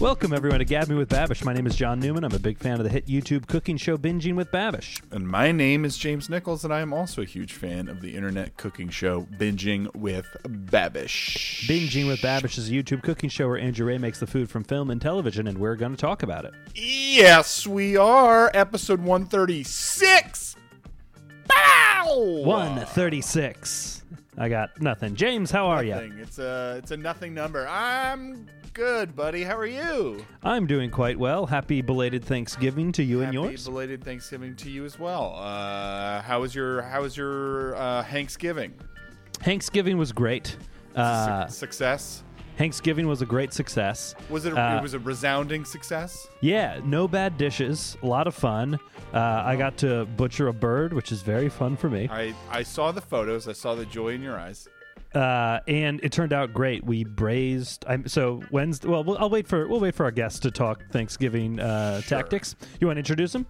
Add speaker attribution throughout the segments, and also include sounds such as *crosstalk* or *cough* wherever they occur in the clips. Speaker 1: Welcome, everyone, to Gab Me with Babish. My name is John Newman. I'm a big fan of the hit YouTube cooking show Binging with Babish.
Speaker 2: And my name is James Nichols, and I am also a huge fan of the internet cooking show Binging with Babish.
Speaker 1: Binging with Babish is a YouTube cooking show where Andrew Ray makes the food from film and television, and we're going to talk about it.
Speaker 2: Yes, we are. Episode 136. Bow!
Speaker 1: 136. I got nothing. James, how are you?
Speaker 2: Nothing. It's a it's a nothing number. I'm good, buddy. How are you?
Speaker 1: I'm doing quite well. Happy belated Thanksgiving to you and yours.
Speaker 2: Happy belated Thanksgiving to you as well. Uh, how was your how was your uh, Thanksgiving?
Speaker 1: Thanksgiving was great. Uh,
Speaker 2: Suc- success?
Speaker 1: Thanksgiving was a great success.
Speaker 2: Was it a,
Speaker 1: uh,
Speaker 2: it was a resounding success?
Speaker 1: Yeah, no bad dishes. A lot of fun. Uh, I got to butcher a bird, which is very fun for me.
Speaker 2: I I saw the photos. I saw the joy in your eyes.
Speaker 1: uh, and it turned out great. We braised. I'm, so Wednesday. Well, we'll, I'll wait for we'll wait for our guests to talk Thanksgiving uh, tactics. You want to introduce them?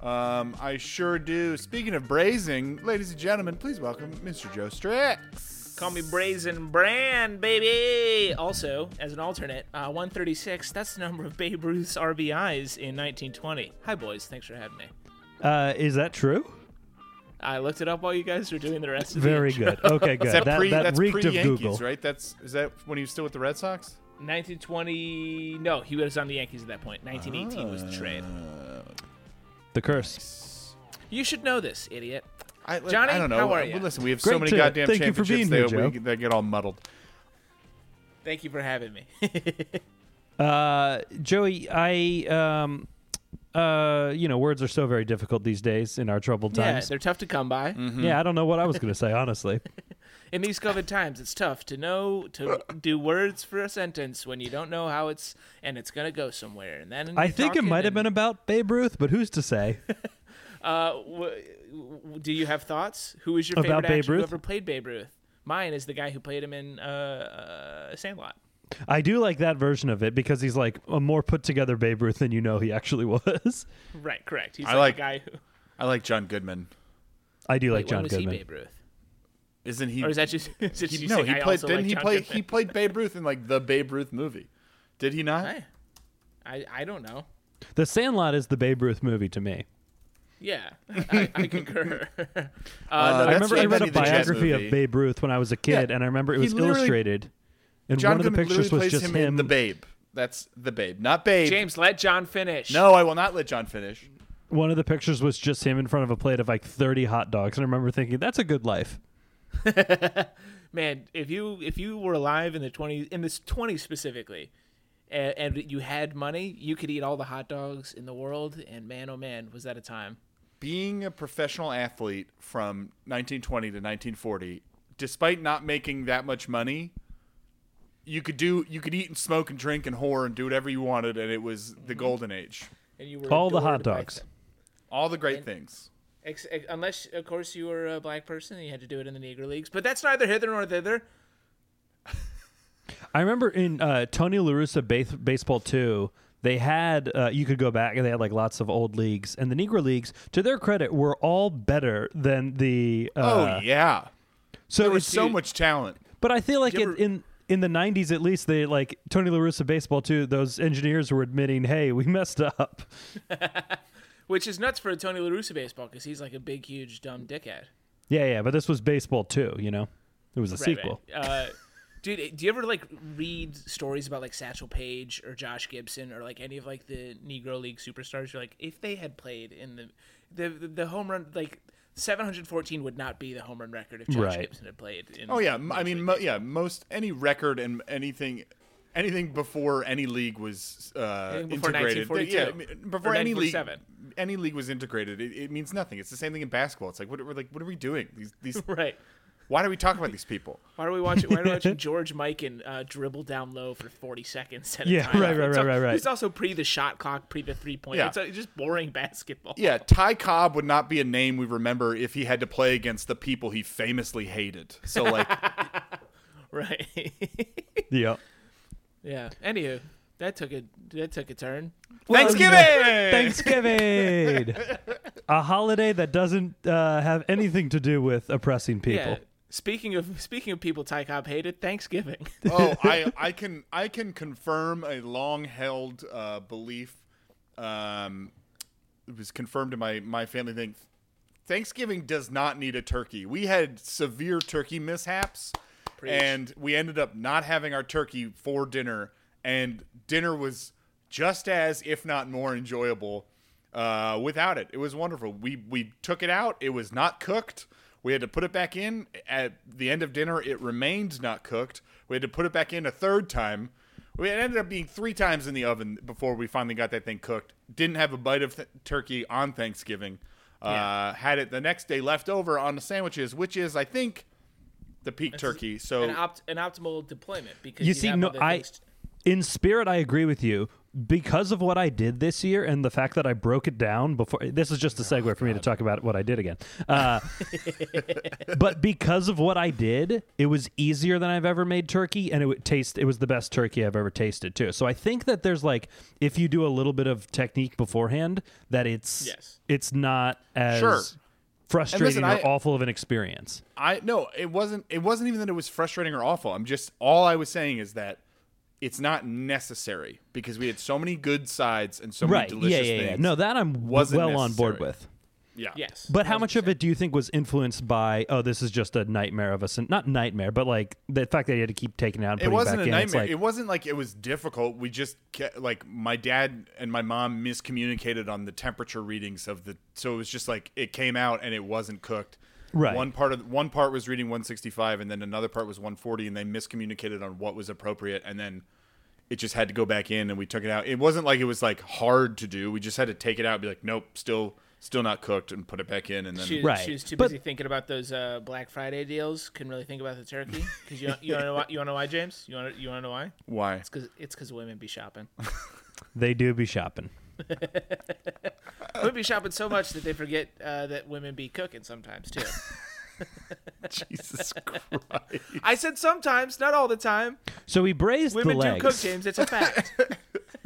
Speaker 2: Um, I sure do. Speaking of braising, ladies and gentlemen, please welcome Mr. Joe Strix.
Speaker 3: Call me Brazen Brand, baby. Also, as an alternate, uh, 136, that's the number of Babe Ruth's RBIs in 1920. Hi, boys. Thanks for having me.
Speaker 1: Uh, is that true?
Speaker 3: I looked it up while you guys were doing the rest of the
Speaker 1: Very
Speaker 3: intro.
Speaker 1: good.
Speaker 2: *laughs*
Speaker 1: Okay, good.
Speaker 2: Is that,
Speaker 1: that
Speaker 2: pre,
Speaker 1: that
Speaker 2: that's
Speaker 1: reeked
Speaker 2: pre
Speaker 1: of Google.
Speaker 2: Yankees, right? That's is that when he was still with the Red Sox?
Speaker 3: 1920. No, he was on the Yankees at that point. 1918 was the
Speaker 1: Ah.
Speaker 3: trade.
Speaker 1: The curse.
Speaker 3: You should know this, idiot.
Speaker 2: I, like,
Speaker 3: Johnny,
Speaker 2: I don't know.
Speaker 3: how are
Speaker 2: Well,
Speaker 3: ya?
Speaker 2: Listen, we have so
Speaker 1: Great
Speaker 2: many
Speaker 1: to-
Speaker 2: goddamn
Speaker 1: thank you for
Speaker 2: championships.
Speaker 1: being
Speaker 2: they,
Speaker 1: here,
Speaker 2: we-
Speaker 1: Joe.
Speaker 2: they get all muddled.
Speaker 3: Thank you for having me. *laughs*
Speaker 1: Uh, Joey, I um, uh, you know, words are so very difficult these days in our troubled
Speaker 3: yeah,
Speaker 1: times.
Speaker 3: they're tough to come by.
Speaker 1: yeah I don't know what
Speaker 3: *laughs*
Speaker 1: I was going to say honestly.
Speaker 3: In these COVID times, it's tough to know to do words for a sentence when you don't know how it's and it's gonna go somewhere. And then
Speaker 1: I
Speaker 3: you're
Speaker 1: think it
Speaker 3: talking
Speaker 1: might have
Speaker 3: and-
Speaker 1: been about Babe Ruth, but who's to
Speaker 3: *laughs*
Speaker 1: say?
Speaker 3: Uh, w- w- do you have thoughts? Who is your
Speaker 1: About
Speaker 3: favorite
Speaker 1: Babe
Speaker 3: actor
Speaker 1: Ruth?
Speaker 3: who ever played Babe Ruth? Mine is the guy who played him in uh, uh, Sandlot.
Speaker 1: I do like that version of it because he's like a more put together Babe Ruth than you know he actually *laughs* was.
Speaker 3: Right, correct. He's
Speaker 2: I
Speaker 3: like, the
Speaker 2: like-
Speaker 3: guy who.
Speaker 2: I like John Goodman.
Speaker 1: I do like
Speaker 3: Wait,
Speaker 1: John
Speaker 3: when was
Speaker 1: Goodman.
Speaker 3: he Babe Ruth?
Speaker 2: Isn't he?
Speaker 3: Or is that just? *laughs* Is it
Speaker 2: he-
Speaker 3: just
Speaker 2: no,
Speaker 3: saying,
Speaker 2: he
Speaker 3: I
Speaker 2: played.
Speaker 3: also
Speaker 2: Didn't
Speaker 3: like
Speaker 2: he
Speaker 3: John
Speaker 2: play?
Speaker 3: Goodman?
Speaker 2: He
Speaker 3: *laughs*
Speaker 2: played Babe Ruth in like the Babe Ruth movie. Did he not?
Speaker 3: I, I, I don't know.
Speaker 1: The Sandlot is the Babe Ruth movie to me.
Speaker 2: *laughs*
Speaker 3: Yeah, I, I concur. *laughs* uh,
Speaker 2: that's
Speaker 3: no,
Speaker 1: I remember
Speaker 2: like
Speaker 1: I read a
Speaker 2: Benny the Jet
Speaker 1: biography of
Speaker 2: movie.
Speaker 1: Babe Ruth when I was a kid,
Speaker 2: Yeah.
Speaker 1: and I remember it
Speaker 2: He
Speaker 1: was
Speaker 2: literally-
Speaker 1: illustrated. And one
Speaker 2: John
Speaker 1: of the
Speaker 2: Goodman
Speaker 1: pictures
Speaker 2: literally
Speaker 1: was
Speaker 2: plays
Speaker 1: just
Speaker 2: him, in the Babe. That's the Babe, not Babe.
Speaker 3: James, let John finish.
Speaker 2: No, I will not let John finish.
Speaker 1: one of the pictures was just him in front of a plate of like 30 hot dogs, and I remember thinking, "That's a good life."
Speaker 3: man, if you if you were alive in the twenty in this twenty specifically, and, and you had money, you could eat all the hot dogs in the world. And man, oh man, was that a time!
Speaker 2: being a professional athlete from 1920 to 1940 despite not making that much money you could do you could eat and smoke and drink and whore and do whatever you wanted and it was
Speaker 3: Mm-hmm.
Speaker 2: the golden age
Speaker 3: And you were
Speaker 1: All the
Speaker 3: adored
Speaker 1: hot
Speaker 3: by
Speaker 1: dogs.
Speaker 3: fam-
Speaker 2: all the great things
Speaker 3: Ex- ex- unless, of course, you were a black person and you had to do it in the Negro Leagues. But that's neither hither nor thither.
Speaker 1: I remember in uh, Tony La Russa base- Baseball 2, they had, uh, you could go back and they had like lots of old leagues. And the Negro Leagues, to their credit, were all better than the. Uh,
Speaker 2: oh yeah
Speaker 1: So
Speaker 2: there was
Speaker 1: it's-
Speaker 2: so much talent
Speaker 1: But I feel like
Speaker 3: you
Speaker 1: it,
Speaker 3: ever-
Speaker 1: in. In the '90s, at least, they like Tony La Russa baseball too. Those engineers were admitting, "Hey, we *laughs* messed up."
Speaker 3: Which is nuts for a Tony La Russa baseball because he's like a big, huge, dumb dickhead.
Speaker 1: Yeah, yeah, but this was baseball too. You know, it was a
Speaker 3: Right,
Speaker 1: sequel. *laughs*
Speaker 3: right. Uh, dude, do you ever like read stories about like Satchel Paige or Josh Gibson or like any of like the Negro League superstars? You're like, if they had played in the the the, the home run like 714 would not be the home run record if Josh
Speaker 1: Right.
Speaker 3: Gibson had played. In
Speaker 2: oh yeah m- i mean mo- yeah most any record and anything anything before any league was uh,
Speaker 3: Anything before
Speaker 2: integrated They-
Speaker 3: 1942.
Speaker 2: yeah I mean, before
Speaker 3: Or
Speaker 2: any league
Speaker 3: 1947.
Speaker 2: any league was integrated it, it means nothing it's the same thing in basketball it's like what, we're like, what are we doing these, these
Speaker 3: *laughs* *laughs* right.
Speaker 2: Why do we talk about these people?
Speaker 3: Why do we watch it? Why are
Speaker 1: *laughs*
Speaker 3: we watching George Mike and uh, dribble down low for 40 seconds at a
Speaker 1: Yeah,
Speaker 3: time?
Speaker 1: right, right,
Speaker 3: It's
Speaker 1: right,
Speaker 3: al-
Speaker 1: right, right.
Speaker 3: It's also pre the shot clock, pre the three point.
Speaker 2: Yeah.
Speaker 3: It's, uh, it's just boring *laughs* basketball.
Speaker 2: Yeah, Ty Cobb would not be a name we remember if he had to play against the people he famously hated. So *laughs* like,
Speaker 3: Right.
Speaker 1: Yeah.
Speaker 3: Yeah. Anywho, that took a that took a turn.
Speaker 2: Thanksgiving.
Speaker 1: Thanksgiving, a holiday that doesn't uh, have anything to do with oppressing people.
Speaker 3: Yeah. Speaking of speaking of people Ty Cobb hated, *laughs* Thanksgiving.
Speaker 2: oh, I, I can I can confirm a long held uh, belief. Um, it was confirmed in my my family thing. Thanksgiving does not need a turkey. We had severe turkey mishaps, and we ended up not having our turkey for dinner. And dinner was just as, if not more, enjoyable uh, without it. It was wonderful. We we took it out. It was not cooked. We had to put it back in at the end of dinner. It remained not cooked. We had to put it back in a third time. We it ended up being three times in the oven before we finally got that thing cooked. Didn't have a bite of th- turkey on Thanksgiving. Uh, had it the next day left over on the sandwiches, which is I think the peak turkey. So
Speaker 3: an, opt, an optimal deployment because
Speaker 1: You,
Speaker 3: you,
Speaker 1: see,
Speaker 3: have
Speaker 1: no,
Speaker 3: other
Speaker 1: I,
Speaker 3: things-
Speaker 1: in spirit, I agree with you because of what I did this year and the fact that I broke it down before. This is
Speaker 3: Oh,
Speaker 1: just a segue for me to talk about what I did again.
Speaker 3: *laughs*
Speaker 1: Uh, but because of what I did, it was easier than I've ever made turkey, and it would taste. It was the best turkey I've ever tasted too. So I think that there's like if you do a little bit of technique beforehand, that it's
Speaker 3: Yes.
Speaker 1: it's not as
Speaker 2: Sure.
Speaker 1: frustrating
Speaker 2: And listen,
Speaker 1: or
Speaker 2: I-
Speaker 1: awful of an experience.
Speaker 2: I no, it wasn't. It wasn't even that it was frustrating or awful. I'm just all I was saying is that it's not necessary because we had so many good sides and so
Speaker 1: Right?
Speaker 2: many
Speaker 1: Yeah, yeah,
Speaker 2: delicious
Speaker 1: yeah.
Speaker 2: things.
Speaker 1: No, that I'm
Speaker 2: Wasn't
Speaker 1: well on board
Speaker 2: necessary.
Speaker 1: with.
Speaker 2: yeah,
Speaker 3: yes.
Speaker 1: But how much of it do you think was influenced by? Oh, this is just a nightmare of us, and not nightmare, but like the fact that you had to keep taking it out and
Speaker 2: It
Speaker 1: putting
Speaker 2: wasn't
Speaker 1: back
Speaker 2: a
Speaker 1: in. It's
Speaker 2: nightmare.
Speaker 1: like,
Speaker 2: it wasn't like it was difficult. We just kept, like my dad and my mom miscommunicated on the temperature readings of the. So it was just like it came out and it wasn't cooked.
Speaker 1: Right.
Speaker 2: One part of one part was reading 165, and then another part was 140, and they miscommunicated on what was appropriate, and then it just had to go back in, and we took it out. It wasn't like it was like hard to do. We just had to take it out, and be like, nope, still, still not cooked, and put it back in, and then
Speaker 3: She,
Speaker 1: Right,
Speaker 3: she was too
Speaker 1: but-
Speaker 3: busy thinking about those uh, Black Friday deals. Couldn't really think about the turkey because you you wanna know why, you wanna know why James you wanna you wanna know why
Speaker 2: why? *laughs*
Speaker 3: it's because it's because women
Speaker 1: *laughs*
Speaker 3: be shopping.
Speaker 1: they do be shopping.
Speaker 3: women be shopping so much that they forget uh, that women be cooking
Speaker 1: *laughs*
Speaker 3: sometimes too.
Speaker 2: Jesus Christ.
Speaker 3: I said sometimes, not all the time.
Speaker 1: So we braised
Speaker 3: Women
Speaker 1: the
Speaker 3: do cook,
Speaker 1: legs,
Speaker 3: James. It's a fact.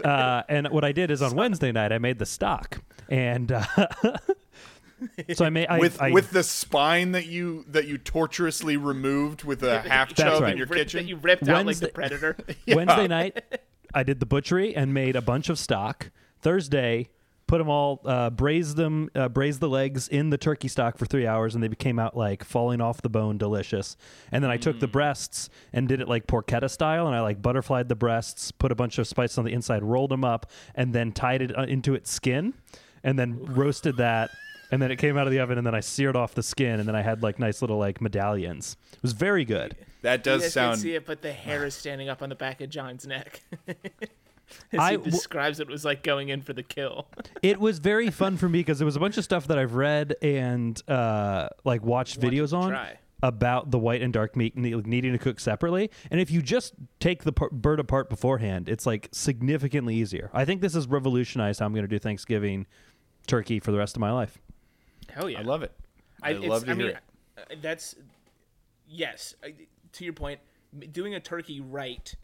Speaker 1: uh, and what I did is on Wednesday night I made the stock, and uh, *laughs* so I made I,
Speaker 2: with
Speaker 1: I,
Speaker 2: with the spine that you that you torturously removed with a half
Speaker 1: That's
Speaker 2: chub
Speaker 1: right.
Speaker 2: in your
Speaker 3: Rip- that
Speaker 2: kitchen.
Speaker 3: you ripped out like the
Speaker 1: Wednesday- *laughs*
Speaker 3: predator.
Speaker 1: Wednesday night, I did the butchery and made a bunch of stock. Thursday, put them all, uh, braised them, uh, braised the legs in the turkey stock for three hours, and they became out like falling off the bone, delicious. And then I took the breasts and did it like porchetta style, and I like butterflied the breasts, put a bunch of spices on the inside, rolled them up, and then tied it uh, into its skin, and then roasted that. And then it came out of the oven, and then I seared off the skin, and then I had like nice little like medallions. It was very good.
Speaker 2: that
Speaker 3: You
Speaker 2: does
Speaker 3: guys
Speaker 2: sound
Speaker 3: can see it, but the hair is standing up on the back of John's neck. *laughs* As he
Speaker 1: I w-
Speaker 3: describes it was like going in for the kill.
Speaker 1: it was very fun for me because there was a bunch of stuff that I've read and uh, like watched
Speaker 3: Wanted
Speaker 1: videos
Speaker 3: to
Speaker 1: on
Speaker 3: try.
Speaker 1: about the white and dark meat ne- like, needing to cook separately. And if you just take the par- bird apart beforehand, it's like significantly easier. I think this has revolutionized how I'm going to do Thanksgiving turkey for the rest of my life.
Speaker 3: Hell yeah!
Speaker 2: I love it. I,
Speaker 3: it's-
Speaker 2: love to
Speaker 3: I mean,
Speaker 2: hear it.
Speaker 3: uh, That's yes. I, to your point, m- doing a turkey right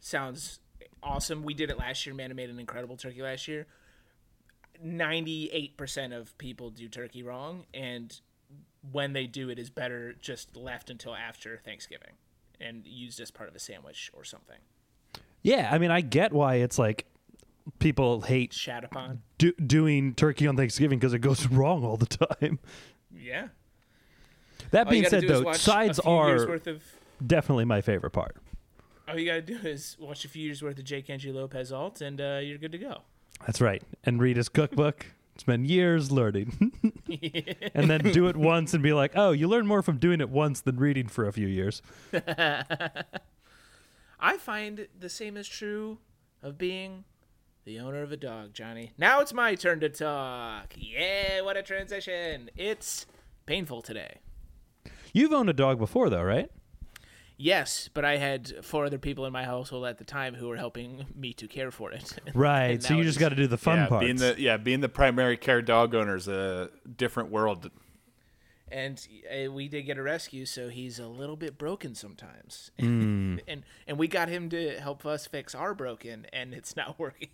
Speaker 3: sounds awesome. We did it last year. Mana made an incredible turkey last year. Ninety-eight percent of people do turkey wrong, and when they do, it is better just left until after Thanksgiving and used as part of a sandwich or something.
Speaker 1: Yeah, I mean, I get why it's like people hate
Speaker 3: Shat upon.
Speaker 1: do- doing turkey on Thanksgiving because it goes *laughs* wrong all the time.
Speaker 3: Yeah.
Speaker 1: That
Speaker 3: All you
Speaker 1: being said,
Speaker 3: gotta do is
Speaker 1: though,
Speaker 3: watch a
Speaker 1: sides
Speaker 3: few years'
Speaker 1: are
Speaker 3: worth of.
Speaker 1: definitely my favorite part.
Speaker 3: All you gotta do is watch a few years worth of Jake Kenji Lopez alt, and uh, you're good to go.
Speaker 1: That's right. And read his cookbook. Spend years learning. *laughs* and then do it once and be like, oh, you learn more from doing it once than reading for a few years.
Speaker 3: I find the same is true of being the owner of a dog, Johnny. Now it's my turn to talk. Yeah, what a transition. It's painful today.
Speaker 1: You've owned a dog before, though, right?
Speaker 3: Yes, but I had four other people in my household at the time who were helping me to care for it.
Speaker 1: Right.
Speaker 3: And
Speaker 1: So
Speaker 3: now
Speaker 1: you
Speaker 3: it's-
Speaker 1: just got to do the fun
Speaker 2: yeah,
Speaker 1: part.
Speaker 2: being the yeah being the primary care dog owner is a different world.
Speaker 3: *laughs* and uh, we did get a rescue, so he's a little bit broken sometimes. *laughs* and and we got him to help us fix our broken, and it's not *laughs* working.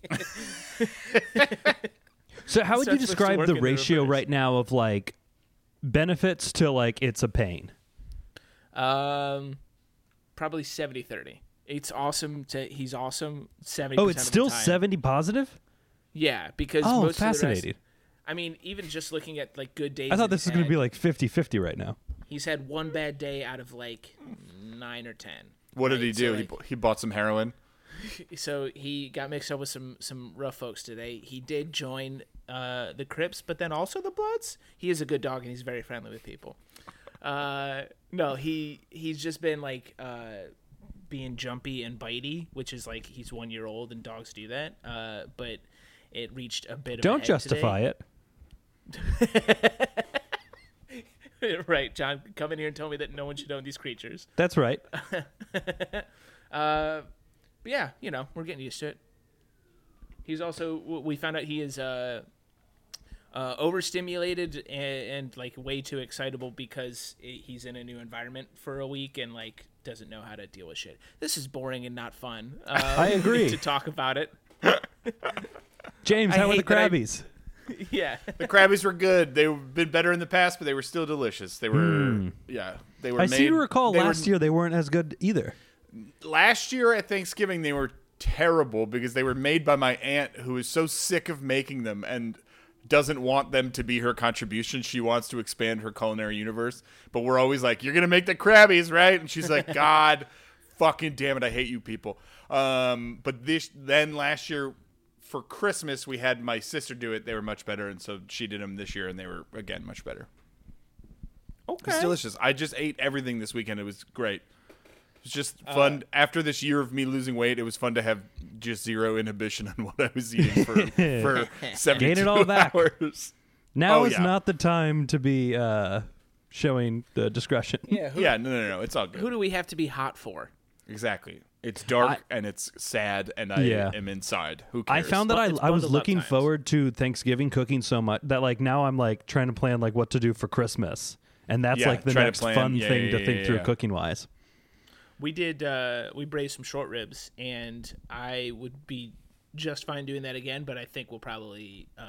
Speaker 1: so how would you
Speaker 3: so it's supposed to
Speaker 1: describe
Speaker 3: work
Speaker 1: the
Speaker 3: in the
Speaker 1: ratio
Speaker 3: reverse.
Speaker 1: right now of like benefits to like it's a pain?
Speaker 3: Um, probably 70 30. It's awesome. To, he's awesome. 70
Speaker 1: Oh, it's
Speaker 3: of
Speaker 1: still
Speaker 3: the time.
Speaker 1: seventy positive.
Speaker 3: Yeah, because
Speaker 1: Oh,
Speaker 3: most Of the
Speaker 1: fascinating.
Speaker 3: rest, I mean, even just looking at like good days.
Speaker 1: I thought
Speaker 3: that
Speaker 1: this
Speaker 3: he's
Speaker 1: was going to
Speaker 3: had,
Speaker 1: be like 50-50 right now.
Speaker 3: he's had one bad day out of like nine or ten.
Speaker 2: What did
Speaker 3: right?
Speaker 2: he
Speaker 3: So,
Speaker 2: do?
Speaker 3: like-
Speaker 2: he, bu- he bought some heroin.
Speaker 3: so he got mixed up with some some rough folks today. He did join uh, the Crips, but then also the Bloods. He is a good dog and he's very friendly with people. Uh, no, he he's just been like uh, being jumpy and bitey, which is like he's one year old and dogs do that. Uh, but it reached a bit. of
Speaker 1: Don't justify it.
Speaker 3: it, *laughs* right, John? Come in here and tell me that no one should own these creatures.
Speaker 1: That's right.
Speaker 3: But yeah, you know, we're getting used to it. He's also w- we found out he is uh, uh, overstimulated and, and like way too excitable because i he's in a new environment for a week and like doesn't know how to deal with shit. This is boring and
Speaker 1: *laughs*
Speaker 3: not fun. Uh,
Speaker 1: I agree.
Speaker 3: *laughs* to talk about it.
Speaker 1: James,
Speaker 3: I
Speaker 1: how are the
Speaker 3: hate that I-
Speaker 1: Krabbies?
Speaker 3: Yeah,
Speaker 2: The Krabbies were good. They've been better in the past, but they were still delicious. They were, yeah, they were.
Speaker 1: Hmm. I,
Speaker 2: made,
Speaker 1: seem to recall
Speaker 2: they were-
Speaker 1: last year they weren't as good either.
Speaker 2: Last year at Thanksgiving, they were terrible because they were made by my aunt, who is so sick of making them and doesn't want them to be her contribution. She wants to expand her culinary universe, but we're always like, "You're gonna make the Krabbies, right?" And she's like, "God, fucking damn it, I hate you people." Um, but this then last year for Christmas, we had my sister do it. They were much better, and so she did them this year, and they were again much better.
Speaker 3: okay.
Speaker 2: It's delicious. I just ate everything this weekend. It was great. It was just
Speaker 1: Uh,
Speaker 2: fun. After this year of me losing weight, it was fun to have just zero inhibition *laughs* on what I was eating for
Speaker 3: *laughs*
Speaker 2: for seventy-two
Speaker 1: all back.
Speaker 2: *laughs* hours.
Speaker 1: Now
Speaker 2: Oh,
Speaker 1: is
Speaker 2: yeah.
Speaker 1: not the time to be uh, showing the discretion.
Speaker 3: yeah, who,
Speaker 2: Yeah, no, no, no. It's all good.
Speaker 3: who do we have to be hot for?
Speaker 2: exactly. It's dark and it's sad, and I
Speaker 1: Yeah.
Speaker 2: am inside. Who
Speaker 1: I
Speaker 2: cares?
Speaker 1: found that
Speaker 3: bu-
Speaker 1: I,
Speaker 3: it's
Speaker 1: I was
Speaker 3: bundled up
Speaker 1: looking
Speaker 3: times.
Speaker 1: forward to Thanksgiving cooking so much that like now I'm like trying to plan like what to do for Christmas. And that's
Speaker 2: Yeah,
Speaker 1: like the
Speaker 2: try to
Speaker 1: next
Speaker 2: plan.
Speaker 1: fun
Speaker 2: Yeah,
Speaker 1: thing
Speaker 2: yeah,
Speaker 1: to
Speaker 2: yeah,
Speaker 1: think
Speaker 2: yeah,
Speaker 1: through
Speaker 2: yeah.
Speaker 1: cooking wise.
Speaker 3: We did. Uh, we braised some short ribs, and I would be just fine doing that again. But I think we'll probably uh,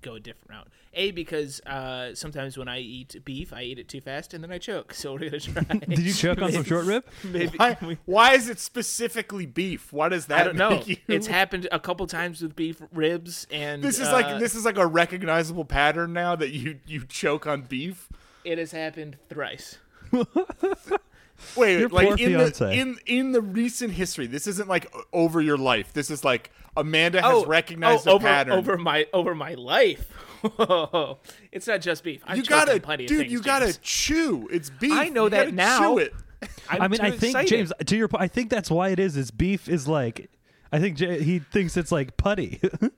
Speaker 3: go a different route. A because uh, sometimes when I eat beef, I eat it too fast and then I choke. *laughs* So we're gonna try.
Speaker 1: Did you choke on some short rib? *laughs*
Speaker 3: Maybe
Speaker 2: Why, why is it specifically beef? Why does that
Speaker 3: I don't know.
Speaker 2: make you-
Speaker 3: It's happened a couple times with beef ribs,
Speaker 2: *laughs*
Speaker 3: and
Speaker 2: this is
Speaker 3: uh,
Speaker 2: like this is like a recognizable pattern now that you you choke on beef.
Speaker 3: It has happened thrice.
Speaker 2: Wait,
Speaker 1: Your
Speaker 2: like
Speaker 1: poor
Speaker 2: in the,
Speaker 1: fiancé.
Speaker 2: in in the recent history, this isn't like o- over your life. This is like Amanda has recognized
Speaker 3: oh,
Speaker 2: a
Speaker 3: over,
Speaker 2: pattern.
Speaker 3: over my over my life. *laughs* it's not just beef. I've
Speaker 2: you
Speaker 3: choked
Speaker 2: gotta,
Speaker 3: on plenty of
Speaker 2: dude.
Speaker 3: things,
Speaker 2: you gotta
Speaker 3: James.
Speaker 2: chew. It's beef.
Speaker 3: I know
Speaker 2: You
Speaker 3: that
Speaker 2: gotta
Speaker 3: now.
Speaker 2: Chew it.
Speaker 3: I'm
Speaker 1: I mean,
Speaker 3: too
Speaker 1: I think
Speaker 3: excited.
Speaker 1: James, to your point, I think that's why it is. Is beef is like, I think J- he thinks it's like putty. *laughs*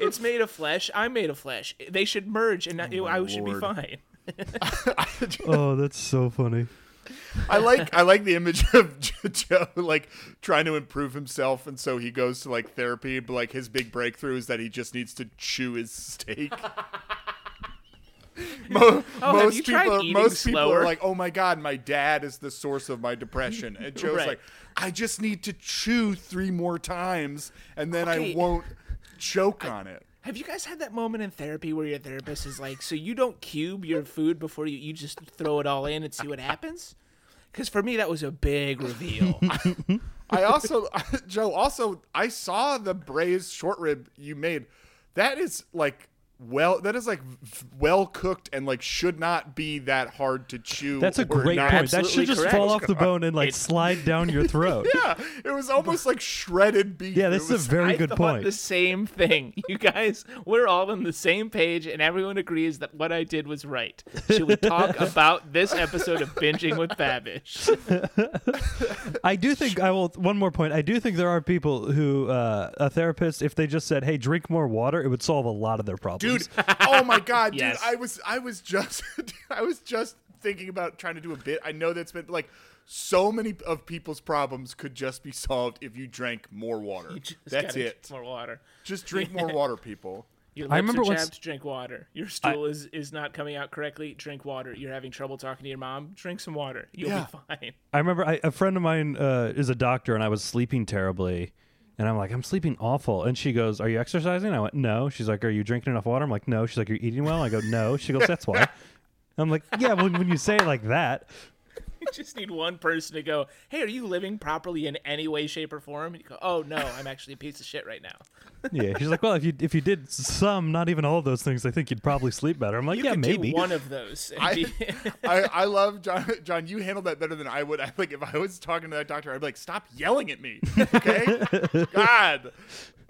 Speaker 3: It's made of flesh. I'm made of flesh. They should merge, and I, I should be
Speaker 2: lord.
Speaker 3: fine.
Speaker 1: oh, that's so funny.
Speaker 2: I like I like the image of *laughs* J- Joe like trying to improve himself, and so he goes to like therapy. But like his big breakthrough is that he just needs to chew his
Speaker 3: *laughs*
Speaker 2: steak. Mo-
Speaker 3: Oh, have
Speaker 2: most
Speaker 3: you tried
Speaker 2: people,
Speaker 3: eating
Speaker 2: most people are
Speaker 3: slower?
Speaker 2: like, "Oh my god, my dad is the source of my depression,"
Speaker 3: *laughs*
Speaker 2: and Joe's
Speaker 3: Right.
Speaker 2: like, "I just need to chew three more times, and then
Speaker 3: Okay.
Speaker 2: I won't choke on it."
Speaker 3: Have you guys had that moment in therapy where your therapist is like, "So you don't cube your food before you you just throw it all in and see what happens"? Because for me, that was a big reveal.
Speaker 2: I also, *laughs* Joe, also, I saw the braised short rib you made. That is like well, that is like v- well cooked and like should not be that hard to chew.
Speaker 1: That's a
Speaker 2: or
Speaker 1: great
Speaker 2: not-
Speaker 1: point. That should
Speaker 3: absolutely
Speaker 1: just
Speaker 3: correct.
Speaker 1: fall off the bone and like slide down your throat.
Speaker 2: *laughs* yeah, it was almost like shredded beef.
Speaker 1: yeah, this
Speaker 2: It
Speaker 1: is
Speaker 2: was-
Speaker 1: a *laughs* very
Speaker 3: I
Speaker 1: good
Speaker 3: thought
Speaker 1: point.
Speaker 3: The same thing. You guys, we're all on the same page, and everyone agrees that what I did was right. Should
Speaker 1: *laughs*
Speaker 3: we talk about this episode of binging with Babish?
Speaker 1: I do think I will. One more point. I do think there are people who uh, a therapist, if they just said, "Hey, drink more water," it would solve a lot of their problems. *laughs*
Speaker 2: *laughs* dude. Oh my god,
Speaker 3: Yes.
Speaker 2: dude! I was I was just *laughs* I was just thinking about trying to do a bit. I know that's been like so many of people's problems could just be solved if you drank more water.
Speaker 3: *laughs* Just
Speaker 2: That's
Speaker 3: gotta drink
Speaker 2: it.
Speaker 3: More water.
Speaker 2: Just drink more water, people.
Speaker 3: Your lips
Speaker 1: I remember
Speaker 3: are
Speaker 1: once-
Speaker 3: chapped, drink water. Your stool is, is not coming out correctly, drink water. You're having trouble talking to your mom, drink some water. You'll
Speaker 2: Yeah.
Speaker 3: be fine. *laughs*
Speaker 1: I remember I, a friend of mine uh, is a doctor, and I was sleeping terribly, and I'm like, "I'm sleeping awful," and she goes, "Are you exercising?" I went, "No." She's like, "Are you drinking enough water?" I'm like, "No." She's like, "You're eating well?" I go, "No." She goes, "That's why." I'm like, yeah, well, when you say it like that,
Speaker 3: You just need one person to go, hey, are you living properly in any way, shape, or form? And you go, oh, no, I'm actually a piece of shit right now.
Speaker 1: yeah. She's like, well, if you if you did some, not even all of those things, I think you'd probably sleep better. I'm like,
Speaker 3: You
Speaker 1: yeah,
Speaker 3: could
Speaker 1: maybe.
Speaker 3: do one of those. and
Speaker 2: I,
Speaker 3: be- *laughs*
Speaker 2: I, I love John. John, you handled that better than I would. I like if I was talking to that doctor, I'd be like, "Stop yelling at me,
Speaker 1: *laughs*
Speaker 2: okay? God,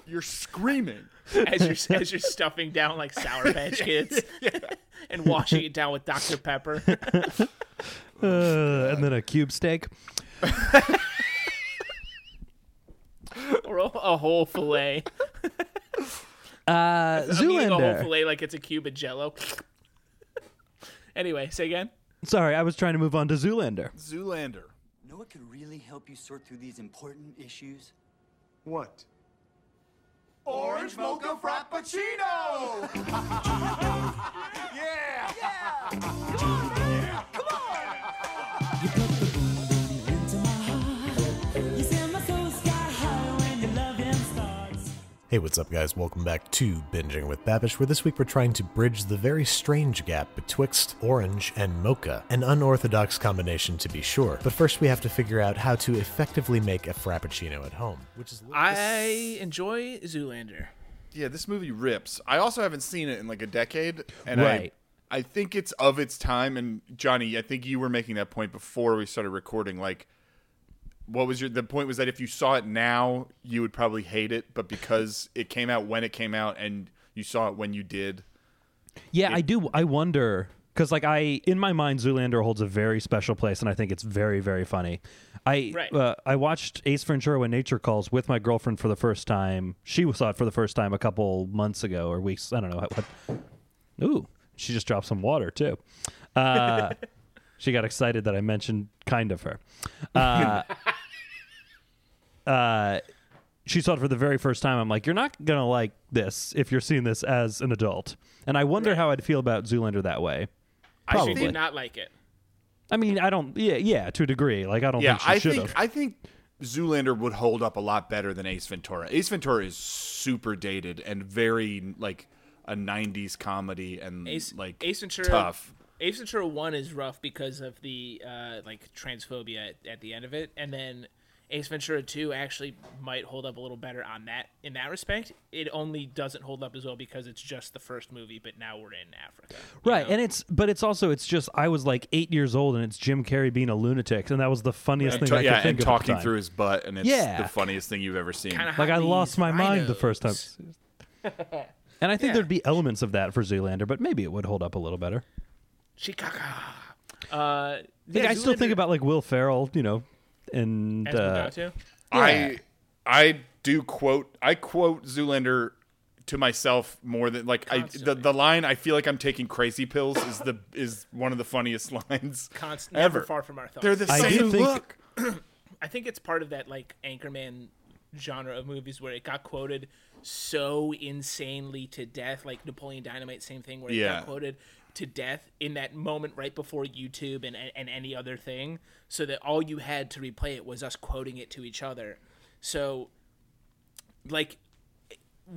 Speaker 2: you're screaming."
Speaker 3: as you're as you're stuffing down like
Speaker 1: *laughs*
Speaker 3: Sour Patch Kids and washing it down with
Speaker 1: *laughs*
Speaker 3: Dr Pepper.
Speaker 1: Uh, and then a cube steak.
Speaker 3: or a- a whole fillet.
Speaker 1: Uh,
Speaker 3: I'm eating a whole
Speaker 1: Zoolander.
Speaker 3: fillet like it's a cube of Jello. *laughs* anyway, say again.
Speaker 1: Sorry, I was trying to move on to Zoolander.
Speaker 2: Zoolander.
Speaker 4: Know what could really help you sort through these important issues?
Speaker 5: What?
Speaker 2: Orange mocha frappuccino.
Speaker 6: You put the boom boom into my heart. You set my soul sky high when your loving starts.
Speaker 7: Hey, what's up, guys? Welcome back to Binging with Babish, where this week we're trying to bridge the very strange gap betwixt orange and mocha, an unorthodox combination to be sure. But first, we have to figure out how to effectively make a frappuccino at home, which is
Speaker 3: I enjoy Zoolander.
Speaker 2: Yeah, this movie rips. I also haven't seen it in like a decade, and
Speaker 1: Right.
Speaker 2: I, I think it's of its time. And Johnny, I think you were making that point before we started recording. Like, what was your the point? Was that if you saw it now, you would probably hate it, but because it came out when it came out, and you saw it when you did.
Speaker 1: Yeah, I do. I wonder because, like, I in my mind, Zoolander holds a very special place, and I think it's very, very funny. I
Speaker 3: Right.
Speaker 1: uh, I watched Ace Ventura: When Nature Calls with my girlfriend for the first time. She saw it for the first time a couple months ago or weeks. I don't know. What, ooh, she just dropped some water too. *laughs* Uh, she got excited that I mentioned kind of her. she saw it for the very first time. I'm like, you're not gonna like this if you're seeing this as an adult. And I wonder how I'd feel about Zoolander that way.
Speaker 3: She
Speaker 1: Probably.
Speaker 3: did not like it.
Speaker 1: I mean, I don't. Yeah, yeah, to a degree. Like, I don't
Speaker 2: Yeah,
Speaker 1: think
Speaker 2: I
Speaker 1: she should
Speaker 2: think
Speaker 1: have.
Speaker 2: I think Zoolander would hold up a lot better than Ace Ventura. Ace Ventura is super dated and very like a '90s comedy and
Speaker 3: Ace
Speaker 2: like
Speaker 3: Ace Ventura.
Speaker 2: tough.
Speaker 3: Ace Ventura One is rough because of the uh, like transphobia at, at the end of it, and then Ace Ventura Two actually might hold up a little better on that in that respect. It only doesn't hold up as well because it's just the first movie, but now we're in Africa. you
Speaker 1: Right,
Speaker 3: know?
Speaker 1: and it's but it's also it's just I was like eight years old and it's Jim Carrey being a lunatic, and that was the funniest
Speaker 2: And
Speaker 1: thing
Speaker 2: ta-
Speaker 1: I
Speaker 2: yeah,
Speaker 1: could think of.
Speaker 2: and
Speaker 1: at the
Speaker 2: talking
Speaker 1: time.
Speaker 2: through his butt, and it's
Speaker 1: Yeah.
Speaker 2: the funniest thing you've ever seen.
Speaker 3: Kinda
Speaker 1: like I
Speaker 3: hot
Speaker 1: lost
Speaker 3: these
Speaker 1: my mind the
Speaker 3: rhinos.
Speaker 1: first
Speaker 3: *laughs*
Speaker 1: time. and I think
Speaker 3: Yeah.
Speaker 1: there'd be elements of that for Zoolander, but maybe it would hold up a little better.
Speaker 3: Chicago. Uh,
Speaker 1: Like,
Speaker 3: yeah,
Speaker 1: I still
Speaker 3: Zoolander-
Speaker 1: think about like Will Ferrell, you know, and
Speaker 3: As
Speaker 1: uh,
Speaker 3: Mugatu.
Speaker 2: I I do quote I quote Zoolander to myself more than like I the,
Speaker 3: Constantly.
Speaker 2: the line I feel like I'm taking crazy pills is the is one of the funniest *laughs* lines
Speaker 3: Const-
Speaker 2: ever.
Speaker 3: never far from our thoughts.
Speaker 2: They're the
Speaker 1: I do
Speaker 2: same
Speaker 1: think-
Speaker 2: look.
Speaker 3: I think it's part of that like Anchorman genre of movies where it got quoted so insanely to death, like Napoleon Dynamite, same thing, where it
Speaker 2: Yeah.
Speaker 3: got quoted to death in that moment right before YouTube and, and, and any other thing, so that all you had to replay it was us quoting it to each other. So, like,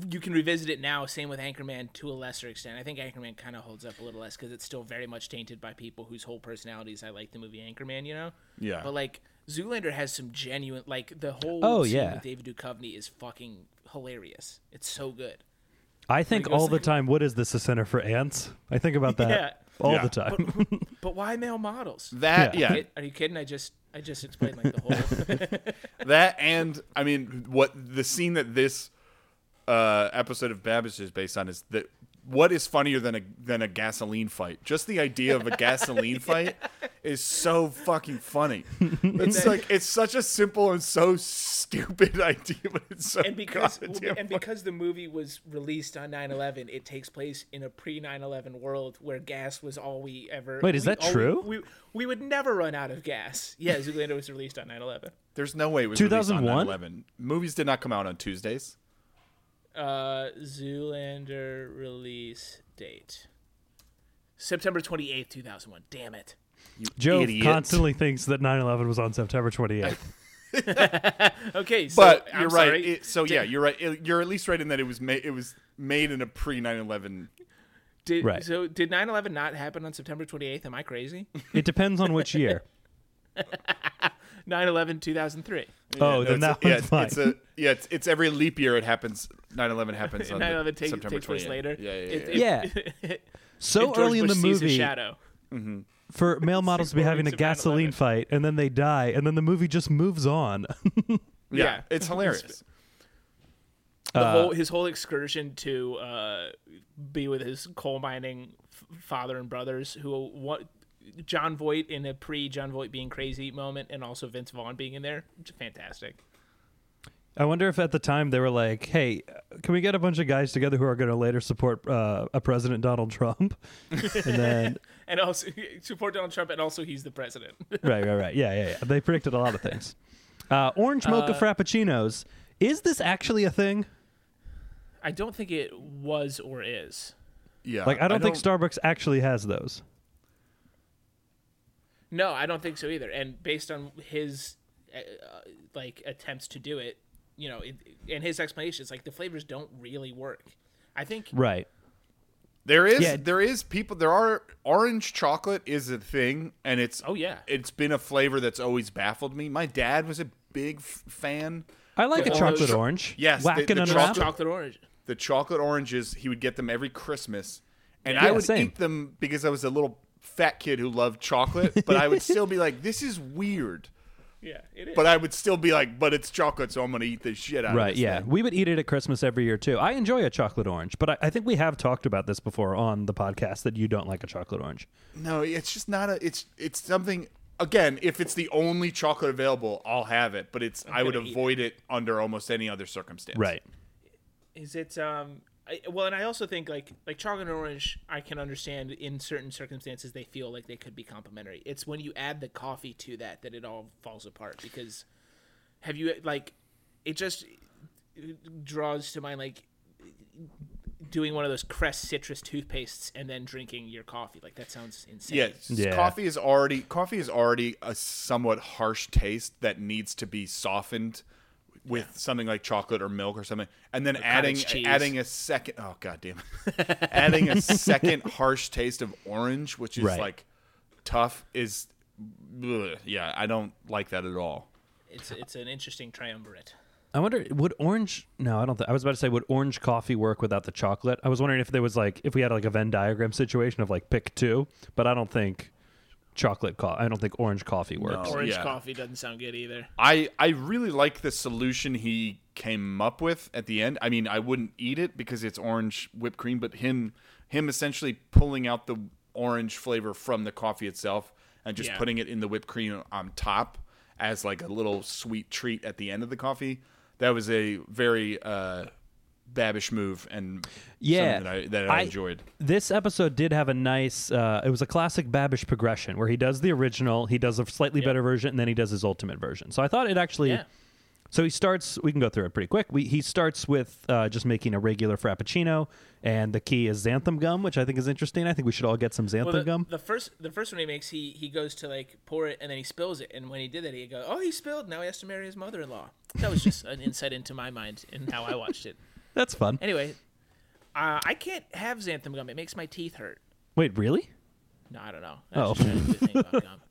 Speaker 3: you can revisit it now. Same with Anchorman to a lesser extent. I think Anchorman kind of holds up a little less because it's still very much tainted by people whose whole personalities I like the movie Anchorman. You know.
Speaker 2: Yeah.
Speaker 3: But like Zoolander has some genuine like the whole
Speaker 1: Oh,
Speaker 3: scene
Speaker 1: yeah.
Speaker 3: with David Duchovny is fucking hilarious. It's so good.
Speaker 1: I think
Speaker 3: Like, it was
Speaker 1: all the
Speaker 3: like-
Speaker 1: time, what is this, a center for ants? I think about that
Speaker 3: Yeah.
Speaker 1: all
Speaker 2: Yeah.
Speaker 1: the time.
Speaker 3: *laughs* But why male models?
Speaker 2: That
Speaker 1: Yeah.
Speaker 2: yeah,
Speaker 3: Kid- Are you kidding? I just I just explained like the
Speaker 2: *laughs*
Speaker 3: whole.
Speaker 2: that and I mean what the scene that this uh, episode of Babish is based on is that what is funnier than a than a gasoline fight? Just the idea
Speaker 3: *laughs*
Speaker 2: of a gasoline fight is so fucking funny.
Speaker 3: *laughs*
Speaker 2: It's like it's such a simple and so stupid *laughs* idea, but it's so *laughs*
Speaker 3: and because well,
Speaker 2: goddamn
Speaker 3: and because the movie was released on 9/11, it takes place in a pre 9/11 world where gas was all we ever.
Speaker 1: Wait, is
Speaker 3: we-
Speaker 1: that
Speaker 3: all we-
Speaker 1: true?
Speaker 3: We, we would never run out of gas. Yeah, Zoolander was released on 9/11.
Speaker 2: There's no way it was released on
Speaker 1: 2001?
Speaker 2: 9/11. Movies did not come out on Tuesdays.
Speaker 3: Uh, Zoolander release date September 28th, 2001. Damn it.
Speaker 1: Joe
Speaker 2: Idiot.
Speaker 1: constantly thinks that 9/11 was on September 28th.
Speaker 3: Okay, so
Speaker 2: But
Speaker 3: I'm
Speaker 2: you're right.
Speaker 3: sorry.
Speaker 2: It- so yeah, you're right. It- you're at least right in that it was made. It was made in a pre 9/11
Speaker 3: Did,
Speaker 1: Right.
Speaker 3: So did 9/11 not happen on September 28th? Am
Speaker 2: *laughs*
Speaker 3: I crazy?
Speaker 1: It depends on which
Speaker 3: *laughs*
Speaker 1: year.
Speaker 3: 9/11 2003.
Speaker 2: Yeah,
Speaker 1: oh,
Speaker 2: no,
Speaker 1: then
Speaker 2: it's-
Speaker 1: that one's
Speaker 2: yeah, it's-
Speaker 1: fine.
Speaker 2: It's a, yeah, it's, it's every leap year it happens. 9/11 happens
Speaker 3: *laughs*
Speaker 2: on
Speaker 3: 9/11
Speaker 2: the,
Speaker 3: take,
Speaker 2: September
Speaker 3: takes place
Speaker 2: 28th.
Speaker 3: later.
Speaker 2: Yeah, yeah, yeah.
Speaker 3: It-
Speaker 2: yeah.
Speaker 3: it-
Speaker 1: yeah.
Speaker 3: *laughs*
Speaker 1: So
Speaker 3: George
Speaker 1: early in
Speaker 3: Bush
Speaker 1: the
Speaker 3: sees his
Speaker 1: movie,
Speaker 3: shadow. *laughs*
Speaker 1: for male models to be
Speaker 3: more
Speaker 1: having a
Speaker 3: weeks of 9/11.
Speaker 1: gasoline fight and then they die and then the movie just moves on. *laughs*
Speaker 2: Yeah,
Speaker 3: yeah.
Speaker 2: it's hilarious.
Speaker 3: The
Speaker 1: uh,
Speaker 3: whole his whole excursion to uh, be with his coal mining f- father and brothers, who what John Voight in a pre John Voight being crazy moment, and also Vince Vaughn being in there, it's fantastic.
Speaker 1: I wonder if at the time they were like, "Hey, can we get a bunch of guys together who are going to later support uh, a president Donald Trump?" *laughs* and then
Speaker 3: And also *laughs* support Donald Trump, and also he's the president. *laughs*
Speaker 1: right, right, right. Yeah, yeah, yeah. They predicted a lot of things. Uh, orange mocha frappuccinos. Is this actually a thing?
Speaker 3: I don't think it was or is.
Speaker 2: Yeah,
Speaker 1: Like, I don't, think Starbucks actually has those.
Speaker 3: No, I don't think so either. And based on his uh, uh, like attempts to do it, you know, it, and his explanations, like the flavors don't really work. I think
Speaker 1: Right.
Speaker 2: There is
Speaker 1: Yeah.
Speaker 2: there is people there are orange chocolate is a thing and it's
Speaker 3: Oh, yeah.
Speaker 2: it's been a flavor that's always baffled me. My dad was a big f- fan.
Speaker 1: I like
Speaker 3: Yeah,
Speaker 1: a
Speaker 3: all
Speaker 1: chocolate
Speaker 3: those-
Speaker 1: orange.
Speaker 2: Yes, the-
Speaker 1: Whacking
Speaker 2: the
Speaker 1: and
Speaker 2: chocolate-
Speaker 1: wrap.
Speaker 3: chocolate orange.
Speaker 2: The chocolate oranges he would get them every Christmas, and I
Speaker 1: Yeah,
Speaker 2: would
Speaker 1: same.
Speaker 2: eat them because I was a little fat kid who loved chocolate. But I would still be like, this is weird.
Speaker 3: Yeah, it is.
Speaker 2: But I would still be like, but it's chocolate, so I'm gonna eat the shit out of
Speaker 1: Right.
Speaker 2: this
Speaker 1: Yeah.
Speaker 2: thing."
Speaker 1: We would eat it at Christmas every year too. I enjoy a chocolate orange, but I, I think we have talked about this before on the podcast that you don't like a chocolate orange.
Speaker 2: No, it's just not a. It's it's something. Again, if it's the only chocolate available, I'll have it. But it's i would
Speaker 3: gonna eat
Speaker 2: avoid it. under almost any other circumstance.
Speaker 1: Right.
Speaker 3: Is it um I, well, and I also think like like chocolate and orange, I can understand in certain circumstances they feel like they could be complementary. It's when you add the coffee to that that it all falls apart because have you like it just draws to mind like doing one of those Crest citrus toothpastes and then drinking your coffee. Like that sounds insane.
Speaker 2: Yeah, s-
Speaker 1: Yeah.
Speaker 2: Coffee is already coffee is already a somewhat harsh taste that needs to be softened with something like chocolate or milk or something, and then adding
Speaker 3: cottage cheese.
Speaker 2: adding a second. Oh goddamn!
Speaker 3: *laughs*
Speaker 2: adding a second harsh taste of orange, which is
Speaker 1: Right.
Speaker 2: like tough, is ugh, yeah. I don't like that at all.
Speaker 3: It's it's an interesting triumvirate.
Speaker 1: I wonder would orange? No, I don't. think I was about to say would orange coffee work without the chocolate? I was wondering if there was like if we had like a Venn diagram situation of like pick two, but I don't think chocolate. Co- I don't think orange coffee works.
Speaker 3: Orange
Speaker 2: yeah.
Speaker 3: coffee doesn't sound good either.
Speaker 2: I I really like the solution he came up with at the end. I mean, I wouldn't eat it because it's orange whipped cream, but him him essentially pulling out the orange flavor from the coffee itself and just
Speaker 3: Yeah.
Speaker 2: putting it in the whipped cream on top as like a little sweet treat at the end of the coffee. That was a very uh babish move and
Speaker 1: Yeah,
Speaker 2: something that I, that I, enjoyed.
Speaker 1: This episode did have a nice. Uh, it was a classic Babish progression where he does the original, he does a slightly better version, and then he does his ultimate version. So I thought it actually.
Speaker 3: Yeah.
Speaker 1: So he starts. We can go through it pretty quick. We, he starts with uh, just making a regular frappuccino, and the key is xanthan gum, which I think is interesting. I think we should all get some xanthan
Speaker 3: Well, the,
Speaker 1: gum.
Speaker 3: the first the first one he makes, he he goes to like pour it and then he spills it. And when he did that, he go, "Oh, he spilled." Now he has to marry his mother-in-law. That was just an insight into my mind and how I watched it.
Speaker 1: That's fun.
Speaker 3: Anyway, uh, I can't have xanthan gum; it makes my teeth hurt.
Speaker 1: Wait, really?
Speaker 3: No, I don't know.
Speaker 1: Oh.
Speaker 3: That's just a good thing about gum.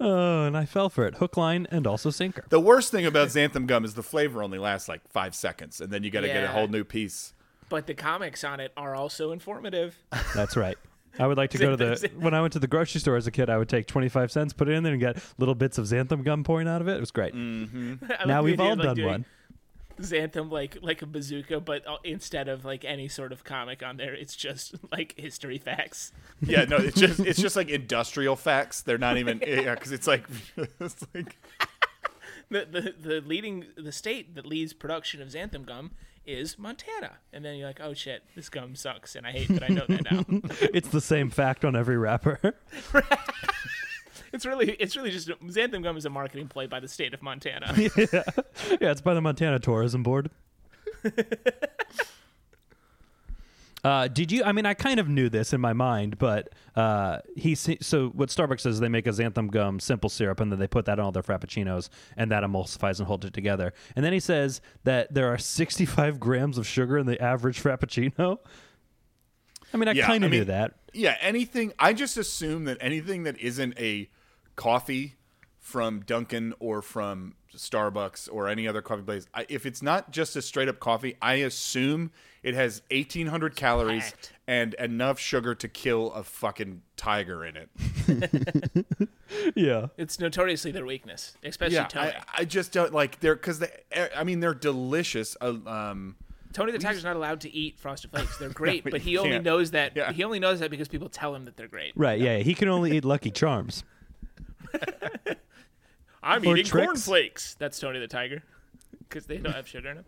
Speaker 1: Oh, and I fell for it. Hook, line, and also sinker.
Speaker 2: The worst thing about xanthan gum is the flavor only lasts like 5 seconds and then you got to get a
Speaker 3: Yeah.
Speaker 2: whole new piece.
Speaker 3: But the comics on it are also informative. *laughs*
Speaker 1: That's right. I would like to go to the. When I went to the grocery store as a kid, I would take 25 cents, put it in there, and get little bits of xanthan gum pouring out of it. It was great.
Speaker 3: I
Speaker 1: Now
Speaker 3: like the
Speaker 1: we've
Speaker 3: idea
Speaker 1: all
Speaker 3: of, like,
Speaker 1: done
Speaker 3: doing
Speaker 1: one.
Speaker 3: Xanthan like like a bazooka, but uh, instead of like any sort of comic on there, it's just like history facts.
Speaker 2: Yeah, no, it's just it's
Speaker 3: *laughs*
Speaker 2: just like industrial facts. They're not even eh, yeah, because it's like *laughs* it's like
Speaker 3: the, the the leading the state that leads production of xanthan gum is Montana. And then you're like, oh shit, this gum sucks, and I hate that I know that
Speaker 2: *laughs*
Speaker 3: now.
Speaker 1: It's the same fact on every wrapper.
Speaker 3: it's really it's really just xanthan gum is a marketing play by the state
Speaker 2: *laughs*
Speaker 3: of Montana.
Speaker 1: *laughs* yeah, it's by the Montana Tourism Board. *laughs* Uh, did you? I mean, I kind of knew this in my mind, but uh, he. se- So what Starbucks does, is they make a xanthan gum simple syrup, and then they put that on all their frappuccinos, and that emulsifies and holds it together. And then he says that there are 65 grams of sugar in the average frappuccino. I mean, I
Speaker 2: Yeah,
Speaker 1: kind of knew
Speaker 2: mean,
Speaker 1: that.
Speaker 2: Yeah, anything. I just assume that anything that isn't a coffee from Dunkin' or from Starbucks or any other coffee place, I, if it's not just a straight up coffee, I assume it has 1,800 calories
Speaker 3: packed.
Speaker 2: and enough sugar to kill a fucking tiger in it.
Speaker 1: Yeah.
Speaker 3: It's notoriously their weakness, especially
Speaker 2: Yeah,
Speaker 3: Tony.
Speaker 2: I, I just don't like they're because they. eh, I mean, they're delicious. Uh, um,
Speaker 3: Tony the Tiger's not allowed to eat Frosted
Speaker 2: *laughs*
Speaker 3: Flakes. They're great, but he
Speaker 2: you
Speaker 3: only
Speaker 2: can't.
Speaker 3: knows that
Speaker 2: Yeah.
Speaker 3: he only knows that because people tell him that they're great.
Speaker 1: Right. Yeah. He can only eat Lucky Charms.
Speaker 3: I'm
Speaker 1: Or
Speaker 3: eating
Speaker 1: tricks.
Speaker 3: cornflakes. That's Tony the Tiger, because they don't have sugar in them.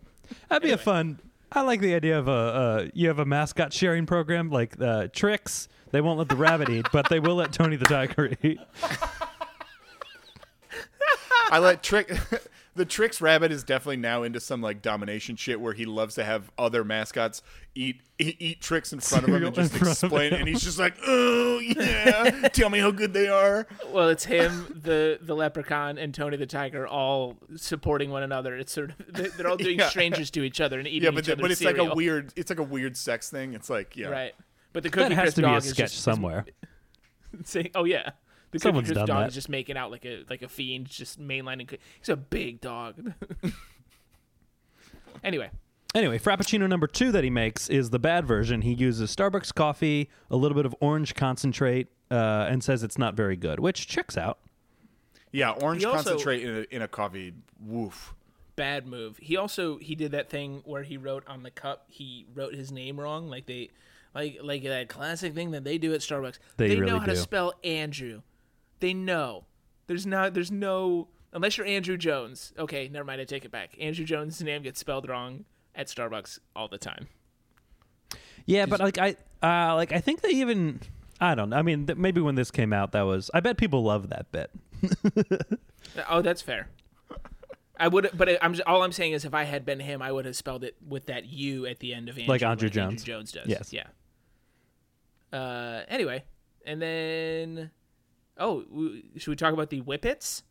Speaker 1: That'd be a fun. I like the idea of a uh, you have a mascot sharing program like uh, tricks. They won't let the rabbit eat, but they will let Tony the tiger eat.
Speaker 2: I let trick. *laughs* the tricks rabbit is definitely now into some like domination shit where he loves to have other mascots eat eat, eat tricks in front of him
Speaker 1: Cereal
Speaker 2: and just
Speaker 1: in front of
Speaker 2: explain. And he's just like, oh yeah, tell me how good they
Speaker 3: *laughs*
Speaker 2: are.
Speaker 3: Well, it's him, the the leprechaun, and Tony the Tiger all supporting one another. It's sort of they- they're all
Speaker 2: *laughs*
Speaker 3: doing
Speaker 2: Yeah.
Speaker 3: strangers to each other and eating
Speaker 2: Yeah, but
Speaker 3: each
Speaker 2: the-
Speaker 3: other's
Speaker 2: but it's
Speaker 3: cereal.
Speaker 2: like a weird it's like a weird sex thing. It's like yeah,
Speaker 3: right. But the
Speaker 1: That
Speaker 3: cookie
Speaker 1: has
Speaker 3: crisp
Speaker 1: to be a
Speaker 3: dog is
Speaker 1: sketch
Speaker 3: just-
Speaker 1: somewhere.
Speaker 3: is *laughs* saying, "Oh yeah." The
Speaker 1: Someone's
Speaker 3: cookie
Speaker 1: done
Speaker 3: crisp dog
Speaker 1: that.
Speaker 3: is just making out like a like a fiend, just mainlining. co- He's a big dog. *laughs* anyway,
Speaker 1: Anyway, Frappuccino number two that he makes is the bad version. He uses Starbucks coffee, a little bit of orange concentrate, uh, and says it's not very good, which checks out.
Speaker 2: yeah. Orange
Speaker 3: He also-
Speaker 2: concentrate in a, in a coffee. Woof.
Speaker 3: bad move. He also he did that thing where he wrote on the cup he wrote his name wrong, like they like like that classic thing that they do at Starbucks.
Speaker 1: They really
Speaker 3: know how to
Speaker 1: do.
Speaker 3: spell Andrew. They know. There's not there's no unless you're Andrew Jones. Okay, never mind, I take it back. Andrew Jones' name gets spelled wrong at Starbucks all the time.
Speaker 1: Yeah, but like I, uh, like I think they even, I don't know. I mean, th- maybe when this came out, that was. I bet people love that bit.
Speaker 3: Oh, that's fair. I would, but I- I'm all I'm saying is, if I had been him, I would have spelled it with that U at the end of Andrew,
Speaker 1: Like Andrew Jones.
Speaker 3: Jones does.
Speaker 1: Yes.
Speaker 3: Yeah. Uh. Anyway, and then, oh, w- should we talk about the whippets?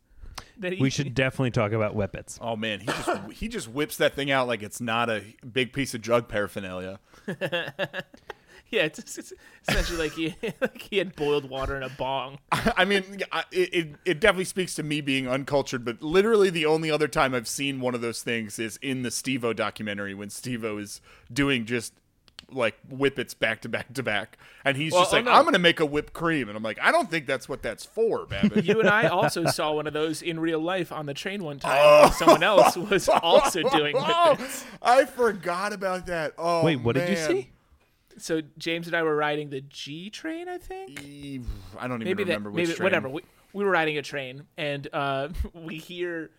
Speaker 3: That he,
Speaker 1: We should definitely talk about whippets.
Speaker 2: Oh man, he just he just whips that thing out like it's not a big piece of drug paraphernalia.
Speaker 3: *laughs* Yeah, it's, it's- it's essentially like he *laughs* like he had boiled water in a bong.
Speaker 2: *laughs* I mean, I- it, it it definitely speaks to me being uncultured, but literally the only other time I've seen one of those things is in the Stevo documentary when Stevo is doing just like whippets back to back to back, and he's
Speaker 3: Well,
Speaker 2: just
Speaker 3: oh,
Speaker 2: like,
Speaker 3: no.
Speaker 2: "I'm gonna make a whipped cream," and I'm like, "I don't think that's what that's for,
Speaker 3: *laughs*
Speaker 2: Babbitt."
Speaker 3: You and I also saw one of those in real life on the train one time. when Someone else was also doing
Speaker 2: oh,
Speaker 3: whippets.
Speaker 2: I forgot about that. Oh,
Speaker 1: Wait, what did you
Speaker 2: man.
Speaker 1: see?
Speaker 3: So James and I were riding the G train, I think.
Speaker 2: E- I don't even
Speaker 3: maybe that
Speaker 2: remember which
Speaker 3: maybe
Speaker 2: train.
Speaker 3: whatever we, we were riding a train and uh, *laughs* we hear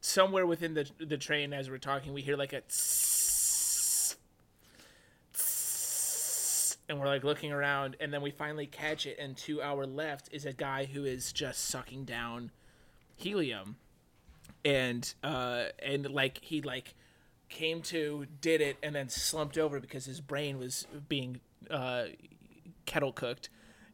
Speaker 3: somewhere within the the train as we're talking we hear like a tss, tss, and we're like looking around and then we finally catch it and to our left is a guy who is just sucking down helium and uh and like he like came to did it and then slumped over because his brain was being uh kettle cooked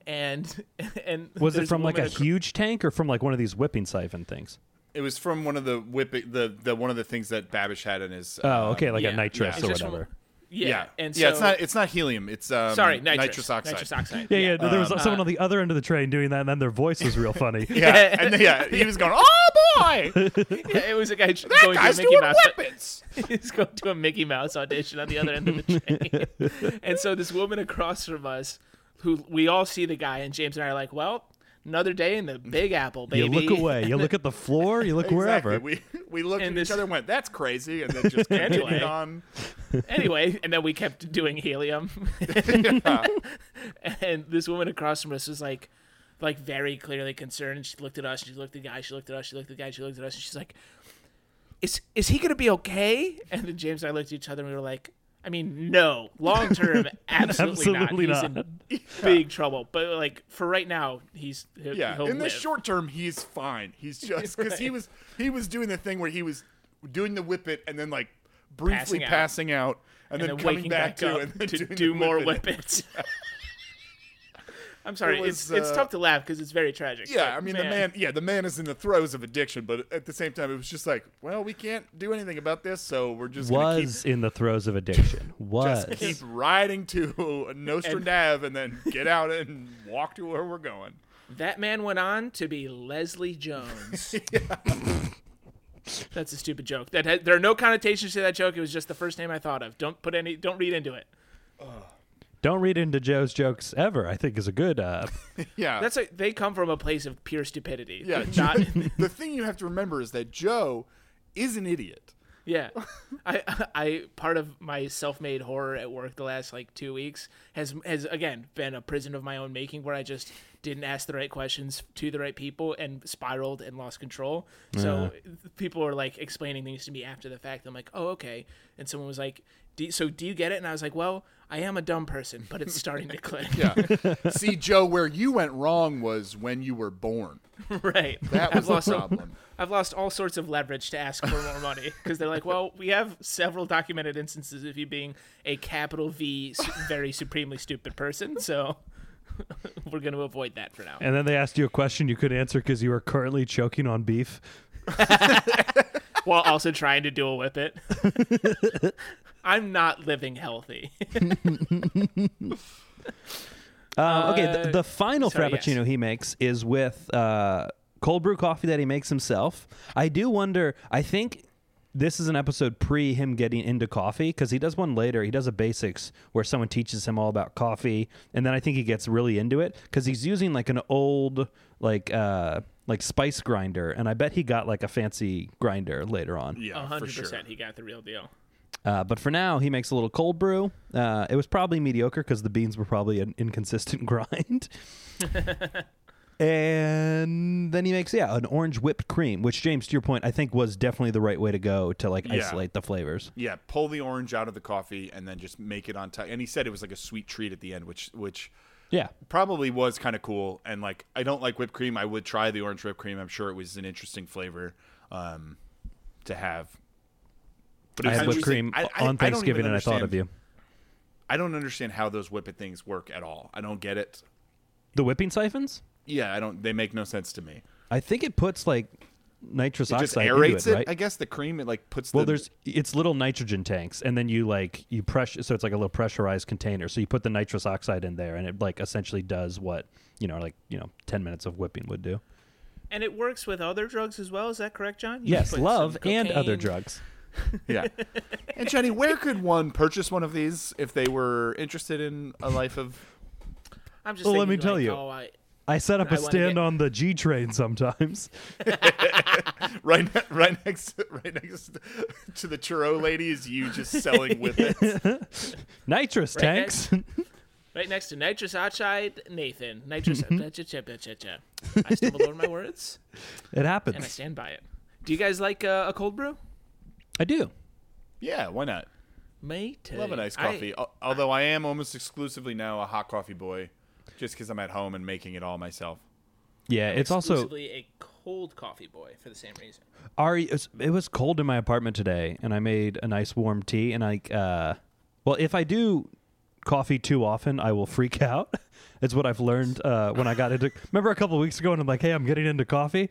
Speaker 3: and *laughs* and
Speaker 1: Was it
Speaker 3: there's
Speaker 1: from like a
Speaker 3: woman ac-
Speaker 1: huge tank or from like one of these whipping siphon things?
Speaker 2: It was from one of the whip the the one of the things that Babish had in his. uh,
Speaker 1: Oh, okay, like
Speaker 3: yeah,
Speaker 1: a
Speaker 3: yeah.
Speaker 1: nitrous
Speaker 3: It's
Speaker 1: or
Speaker 3: just from-
Speaker 1: whatever.
Speaker 3: yeah,
Speaker 2: Yeah,
Speaker 3: and so
Speaker 2: yeah, it's not it's not helium. It's um,
Speaker 3: sorry nitrous,
Speaker 2: oxide.
Speaker 3: nitrous oxide
Speaker 1: Yeah, yeah. there was someone on the other end of the train doing that, and then their voice was real funny.
Speaker 3: *laughs*
Speaker 1: yeah.
Speaker 2: Yeah, *laughs* and then, yeah, he was going, "Oh boy,
Speaker 3: Yeah, *laughs* it was a guy that
Speaker 2: that
Speaker 3: going
Speaker 2: guy's
Speaker 3: to a Mickey
Speaker 2: doing
Speaker 3: Mouse
Speaker 2: whippets."
Speaker 3: *laughs* He's going to a Mickey Mouse audition on the other end
Speaker 1: *laughs*
Speaker 3: of the train. and so this woman across from us, who we all see the guy, and James and I are like, well, another day in the Big Apple,
Speaker 1: You
Speaker 3: baby.
Speaker 1: look away. You look at the floor. You look wherever.
Speaker 2: Exactly. We we looked
Speaker 3: And
Speaker 2: at
Speaker 3: this-
Speaker 2: each other and went, "That's crazy," and then
Speaker 3: *laughs*
Speaker 2: just continued
Speaker 3: Anyway.
Speaker 2: on.
Speaker 3: anyway, and then we kept doing helium. and this woman across from us was like, like very clearly concerned. She looked at us. She looked at the guy. She looked at us. She looked at the guy. She looked at us. And she's like, "Is is he gonna be okay?" And then James and I looked at each other and we were like, "I mean, no, long term, absolutely,
Speaker 1: Absolutely
Speaker 3: not. He's in big trouble. But like for right now, he's he'll,
Speaker 2: Yeah,
Speaker 3: he'll
Speaker 2: in the
Speaker 3: live.
Speaker 2: short term, he's fine.
Speaker 3: *laughs*
Speaker 2: He's just because he
Speaker 3: Right.
Speaker 2: was he was doing the thing where he was doing the whippet and then like briefly
Speaker 3: Passing out.
Speaker 2: passing out, and,
Speaker 3: and
Speaker 2: then,
Speaker 3: then
Speaker 2: coming *laughs*
Speaker 3: waking
Speaker 2: back,
Speaker 3: back,
Speaker 2: to
Speaker 3: up
Speaker 2: *laughs* it and then
Speaker 3: to
Speaker 2: doing
Speaker 3: do
Speaker 2: the
Speaker 3: more
Speaker 2: whippet.
Speaker 3: whippets. I'm sorry.
Speaker 2: It was,
Speaker 3: it's it's
Speaker 2: uh,
Speaker 3: tough to laugh because it's very tragic.
Speaker 2: Yeah,
Speaker 3: but
Speaker 2: I mean the man. Yeah, the man is in the throes of addiction, but at the same time, it was just like, well, we can't do anything about this, so we're just gonna keep
Speaker 1: was in the throes of addiction. Was
Speaker 2: just keep riding to *laughs* Nostra Nav and then get out and walk to where we're going.
Speaker 3: That man went on to be Leslie Jones.
Speaker 2: *laughs*
Speaker 3: That's a stupid joke. That had, there are no connotations to that joke. It was just the first name I thought of. Don't put any. Don't read into it.
Speaker 1: don't read into Joe's jokes ever. I think is a good. Uh,
Speaker 2: Yeah,
Speaker 3: That's like they come from a place of pure stupidity.
Speaker 2: yeah.
Speaker 3: *laughs*
Speaker 2: *laughs*
Speaker 3: Not,
Speaker 2: the thing you have to remember is that Joe is an idiot. *laughs*
Speaker 3: yeah. I, I part of my self-made horror at work the last like two weeks has has again been a prison of my own making where I just didn't ask the right questions to the right people and spiraled and lost control. So people were like explaining things to me after the fact. I'm like, oh okay. And someone was like, do, so do you get it? And I was like, well, I am a dumb person, but it's starting to click.
Speaker 2: *laughs* Yeah. See, Joe, where you went wrong was when you were born.
Speaker 3: *laughs* right.
Speaker 2: That was the
Speaker 3: lost all-
Speaker 2: problem.
Speaker 3: I've lost all sorts of leverage to ask for more
Speaker 1: *laughs*
Speaker 3: money because they're like, well, we have several documented instances of you being a capital V, su- very supremely stupid person. So *laughs* we're going to avoid that for now.
Speaker 1: and then they asked you a question you could answer because you were currently choking on beef.
Speaker 3: While also trying to dual whip it. *laughs* I'm not living healthy.
Speaker 1: Um, okay, the,
Speaker 3: Uh,
Speaker 1: the final
Speaker 3: sorry, yes.
Speaker 1: frappuccino he makes is with uh, cold brew coffee that he makes himself. I do wonder. I think this is an episode pre him getting into coffee because he does one later. He does a basics where someone teaches him all about coffee, and then I think he gets really into it because he's using like an old like uh, like spice grinder, and I bet he got like a fancy grinder later on.
Speaker 2: Yeah,
Speaker 3: 100% he got the real deal.
Speaker 1: Uh, but for now, he makes a little cold brew. Uh, it was probably mediocre because the beans were probably an inconsistent *laughs*
Speaker 2: *laughs*
Speaker 1: grind. and then he makes yeah an orange whipped cream, which James, to your point, I think was definitely the right way to go to like
Speaker 2: Yeah.
Speaker 1: isolate the flavors.
Speaker 2: Yeah, pull the orange out of the coffee and then just make it on top. And he said it was like a sweet treat at the end, which which
Speaker 1: Yeah,
Speaker 2: probably was kind of cool. And like, I don't like whipped cream. I would try the orange whipped cream. I'm sure it was an interesting flavor um, to have. But
Speaker 1: I
Speaker 2: it's
Speaker 1: had whipped cream
Speaker 2: interesting. I- I- I don't
Speaker 1: on
Speaker 2: even
Speaker 1: Thanksgiving, and I thought of
Speaker 2: understand-
Speaker 1: you.
Speaker 2: I don't understand how those whippet things work at all. I don't get it.
Speaker 1: The whipping siphons.
Speaker 2: Yeah, I don't. They make no sense to me.
Speaker 1: I think it puts like nitrous
Speaker 2: It just
Speaker 1: oxide
Speaker 2: aerates
Speaker 1: into
Speaker 2: it.
Speaker 1: it, right?
Speaker 2: I guess the cream it like puts.
Speaker 1: Well,
Speaker 2: the,
Speaker 1: there's it's little nitrogen tanks, and then you like you pressure, so it's like a little pressurized container. So you put the nitrous oxide in there, and it like essentially does what you know, like you know, ten minutes of whipping would do.
Speaker 3: And it works with other drugs as well. Is that correct, John? You
Speaker 1: Yes,
Speaker 3: put some
Speaker 1: love and other
Speaker 3: cocaine-
Speaker 1: drugs.
Speaker 2: *laughs* yeah. And Jenny, where could one purchase one of these if they were interested in a life of?
Speaker 3: I'm just
Speaker 1: Well, let
Speaker 3: thinking,
Speaker 1: me tell
Speaker 3: like,
Speaker 1: you.
Speaker 3: oh, I-
Speaker 1: I set up
Speaker 3: I
Speaker 1: a
Speaker 3: wanna
Speaker 1: stand
Speaker 3: get-
Speaker 1: on the G train sometimes.
Speaker 2: *laughs*
Speaker 1: *laughs*
Speaker 2: right, ne- right next, right next to the churro lady is you just selling whippets.
Speaker 1: Nitrous tanks. *laughs*
Speaker 3: Right next to nitrous oxide, Nathan. Nitrous.
Speaker 1: Mm-hmm.
Speaker 3: I stumbled over my words,
Speaker 1: it
Speaker 3: and I
Speaker 1: happens.
Speaker 3: stand by it. Do you guys like uh, a cold brew?
Speaker 1: I do.
Speaker 2: Yeah, why not?
Speaker 3: Me too.
Speaker 2: Love a nice
Speaker 3: I-
Speaker 2: coffee. Al Although I am almost exclusively now a hot coffee boy, just because I'm at home and making it all myself.
Speaker 1: Yeah, it's also
Speaker 3: exclusively a cold coffee boy for the same reason.
Speaker 1: Ari, it was- it was cold in my apartment today, and I made a nice warm tea. And I, uh, well, if I do coffee too often, I will freak *laughs* out. It's what I've learned uh, when I got
Speaker 3: *laughs*
Speaker 1: into. Remember a couple of weeks ago, and I'm like, "Hey, I'm getting into coffee."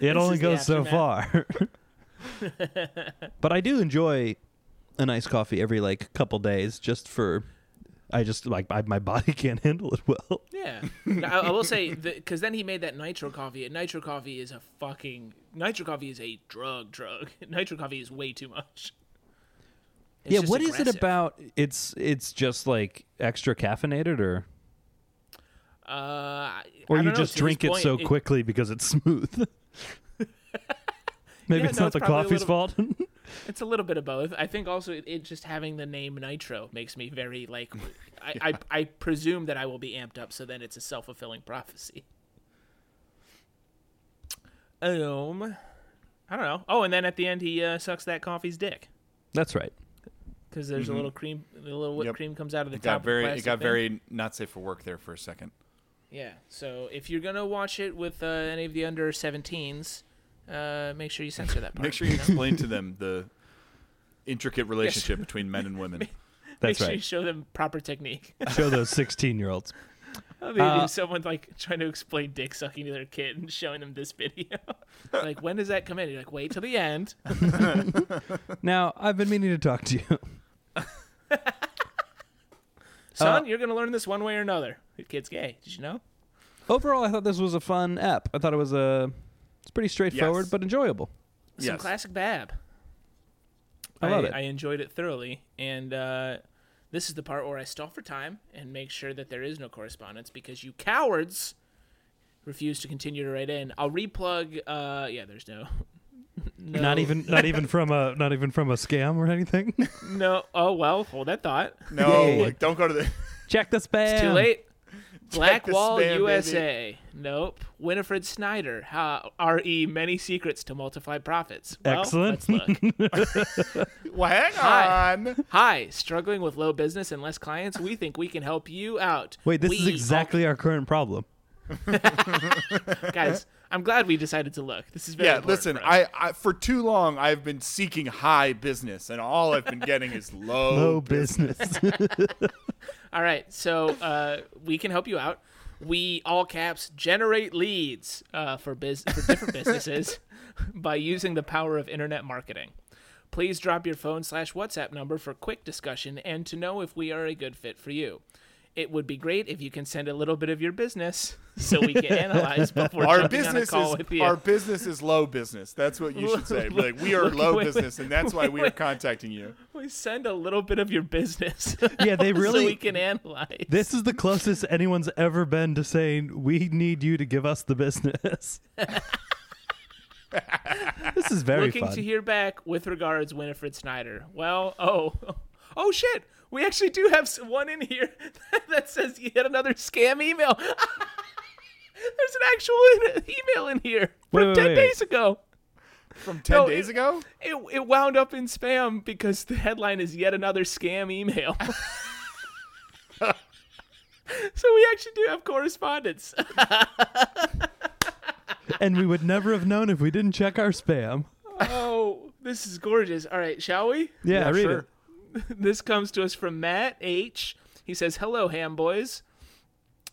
Speaker 1: it only
Speaker 3: is the
Speaker 1: goes so far.
Speaker 3: *laughs*
Speaker 1: but I do enjoy a nice coffee every like couple days, just for. I just like I, my body *laughs* can't handle it well.
Speaker 3: Yeah, No, I, I will say because then he made that nitro coffee, and nitro coffee is a fucking nitro coffee is a drug. Drug *laughs* nitro coffee is way too much. It's
Speaker 1: yeah,
Speaker 3: just
Speaker 1: what is
Speaker 3: aggressive.
Speaker 1: it about? It's it's just like extra caffeinated, or
Speaker 3: Uh,
Speaker 1: or you just drink it so
Speaker 3: quick.
Speaker 1: quickly because it's smooth. *laughs* Maybe
Speaker 3: Yeah,
Speaker 1: it's not
Speaker 3: no, it's
Speaker 1: the
Speaker 3: probably a
Speaker 1: coffee's
Speaker 3: little-
Speaker 1: fault. *laughs*
Speaker 3: It's a little bit of both. I think also it, it just having the name Nitro makes me very *laughs* like. I, I I presume that I will be amped up, so then it's a self fulfilling prophecy. Um, I don't know. Oh, and then at the end he uh, sucks that coffee's dick
Speaker 1: That's right.
Speaker 3: because there's a little cream, a little whipped
Speaker 2: Mm-hmm. Yep.
Speaker 3: cream comes out of the
Speaker 2: It
Speaker 3: top.
Speaker 2: got
Speaker 3: of the
Speaker 2: very, it
Speaker 3: plastic
Speaker 2: got
Speaker 3: thing.
Speaker 2: very not safe for work there for a second.
Speaker 3: Yeah. So if you're gonna watch it with uh, any of the under 17s, uh, make sure you censor that part. *laughs*
Speaker 2: Make sure you explain to them the intricate relationship between men and women.
Speaker 1: That's
Speaker 3: Make sure you *laughs*
Speaker 1: right.
Speaker 3: show them proper technique.
Speaker 1: Show those 16 year olds.
Speaker 3: They
Speaker 1: Uh,
Speaker 3: do someone like trying to explain dick sucking to their kid and showing them this video. *laughs* like, when does that come in? You're like, wait till
Speaker 1: *laughs*
Speaker 3: the end.
Speaker 1: Now, I've been meaning to talk to you. *laughs* Uh,
Speaker 3: Son, you're gonna learn this one way or another. The kid's gay. Did you know?
Speaker 1: Overall, I thought this was a fun app. I thought it was a. It's pretty straightforward,
Speaker 2: Yes.
Speaker 1: but enjoyable.
Speaker 3: Some
Speaker 2: Yes.
Speaker 3: classic Bab.
Speaker 1: I love it.
Speaker 3: I enjoyed it thoroughly, and uh, this is the part where I stall for time and make sure that there is no correspondence because you cowards refuse to continue to write in. I'll replug. Uh, yeah, there's no. *laughs* no
Speaker 1: Not even, not even from
Speaker 3: *laughs*
Speaker 1: a, not even from a scam or anything.
Speaker 3: No. Oh well, hold that thought.
Speaker 2: No,
Speaker 1: Yeah.
Speaker 2: like, don't go to the. *laughs*
Speaker 1: Check the spam.
Speaker 3: Too late.
Speaker 2: Check the
Speaker 3: Blackwall
Speaker 2: spam, baby.
Speaker 3: USA. Nope. Winifred Snyder. How, R.E. Many secrets to multiply profits. Well,
Speaker 1: Excellent.
Speaker 3: Let's look.
Speaker 1: *laughs*
Speaker 2: Well, hang
Speaker 3: Hi.
Speaker 2: on.
Speaker 3: Hi, struggling with low business and less clients? We think we can help you out.
Speaker 1: Wait, this is
Speaker 3: We-
Speaker 1: exactly our current problem.
Speaker 3: guys. I'm glad we decided to look. This is very
Speaker 2: Yeah,
Speaker 3: important
Speaker 2: listen,
Speaker 3: for us.
Speaker 2: I, I for too long I've been seeking high business, and all I've been getting
Speaker 3: *laughs*
Speaker 2: is low.
Speaker 3: Oh,
Speaker 1: No Oh, business. *laughs*
Speaker 3: All right, so uh, we can help you out. We all caps generate leads uh, for biz- for
Speaker 2: *laughs*
Speaker 3: different businesses by using the power of internet marketing. Please drop your phone slash WhatsApp number for quick discussion and to know if we are a good fit for you. It would be great if you can send a little bit of your business *laughs* so we can
Speaker 2: *laughs*
Speaker 3: analyze before
Speaker 2: Our
Speaker 3: jumping on a
Speaker 2: business
Speaker 3: call
Speaker 2: is
Speaker 3: with you.
Speaker 2: our business is low business. That's what you should say. Be Like we are
Speaker 3: Look,
Speaker 2: low
Speaker 3: wait, wait,
Speaker 2: business, and that's why we are
Speaker 3: wait.
Speaker 2: contacting you.
Speaker 3: we send a little bit of
Speaker 2: *laughs*
Speaker 3: your business.
Speaker 1: Yeah, they really-
Speaker 3: *laughs* so we can analyze.
Speaker 1: this is the closest anyone's ever been to saying we need you to give us the business. *laughs* this is very
Speaker 3: looking
Speaker 1: fun.
Speaker 3: to hear back with regards winifred snyder well oh *laughs* oh shit we actually do have s- one in here *laughs* that says yet another scam email *laughs* there's an actual *laughs* in- email in here
Speaker 1: Wait,
Speaker 3: from
Speaker 1: wait,
Speaker 3: 10
Speaker 1: wait.
Speaker 3: days ago
Speaker 2: From ten
Speaker 3: No,
Speaker 2: days
Speaker 3: it-
Speaker 2: ago,
Speaker 3: it, it wound up in spam because the headline is yet another scam email *laughs* so we actually do have correspondence *laughs*
Speaker 1: and we would never have known if we didn't check our spam.
Speaker 3: oh this is gorgeous all right shall we
Speaker 1: Yeah, read
Speaker 2: sure.
Speaker 1: it.
Speaker 3: This comes to us from Matt H. He says, Hello, ham boys.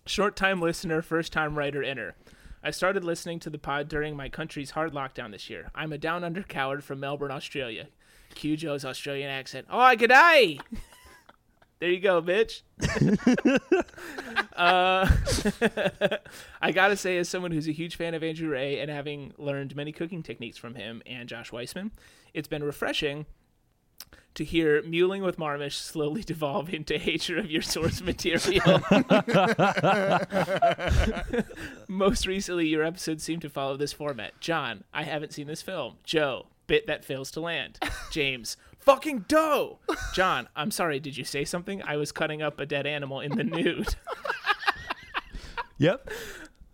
Speaker 3: Short time listener, first time writer, enter. I started listening to the pod during my country's hard lockdown this year. I'm a down under coward from Melbourne, Australia. Cue Joe's Australian accent. Oh, g'day! *laughs* there you go, bitch. *laughs* Uh, *laughs* I gotta say, as someone who's a huge fan of Andrew Ray and having learned many cooking techniques from him and Josh Weissman, it's been refreshing to hear Mewling with Marmish slowly *laughs* devolve into hatred of your source
Speaker 2: *laughs*
Speaker 3: material. Most recently, your episodes seem to follow this format. John, I haven't seen this film. Joe, bit that fails to land. James, fucking dough. John, I'm sorry, did you say something? I was cutting up a dead animal in
Speaker 2: *laughs*
Speaker 3: the nude.
Speaker 1: Yep.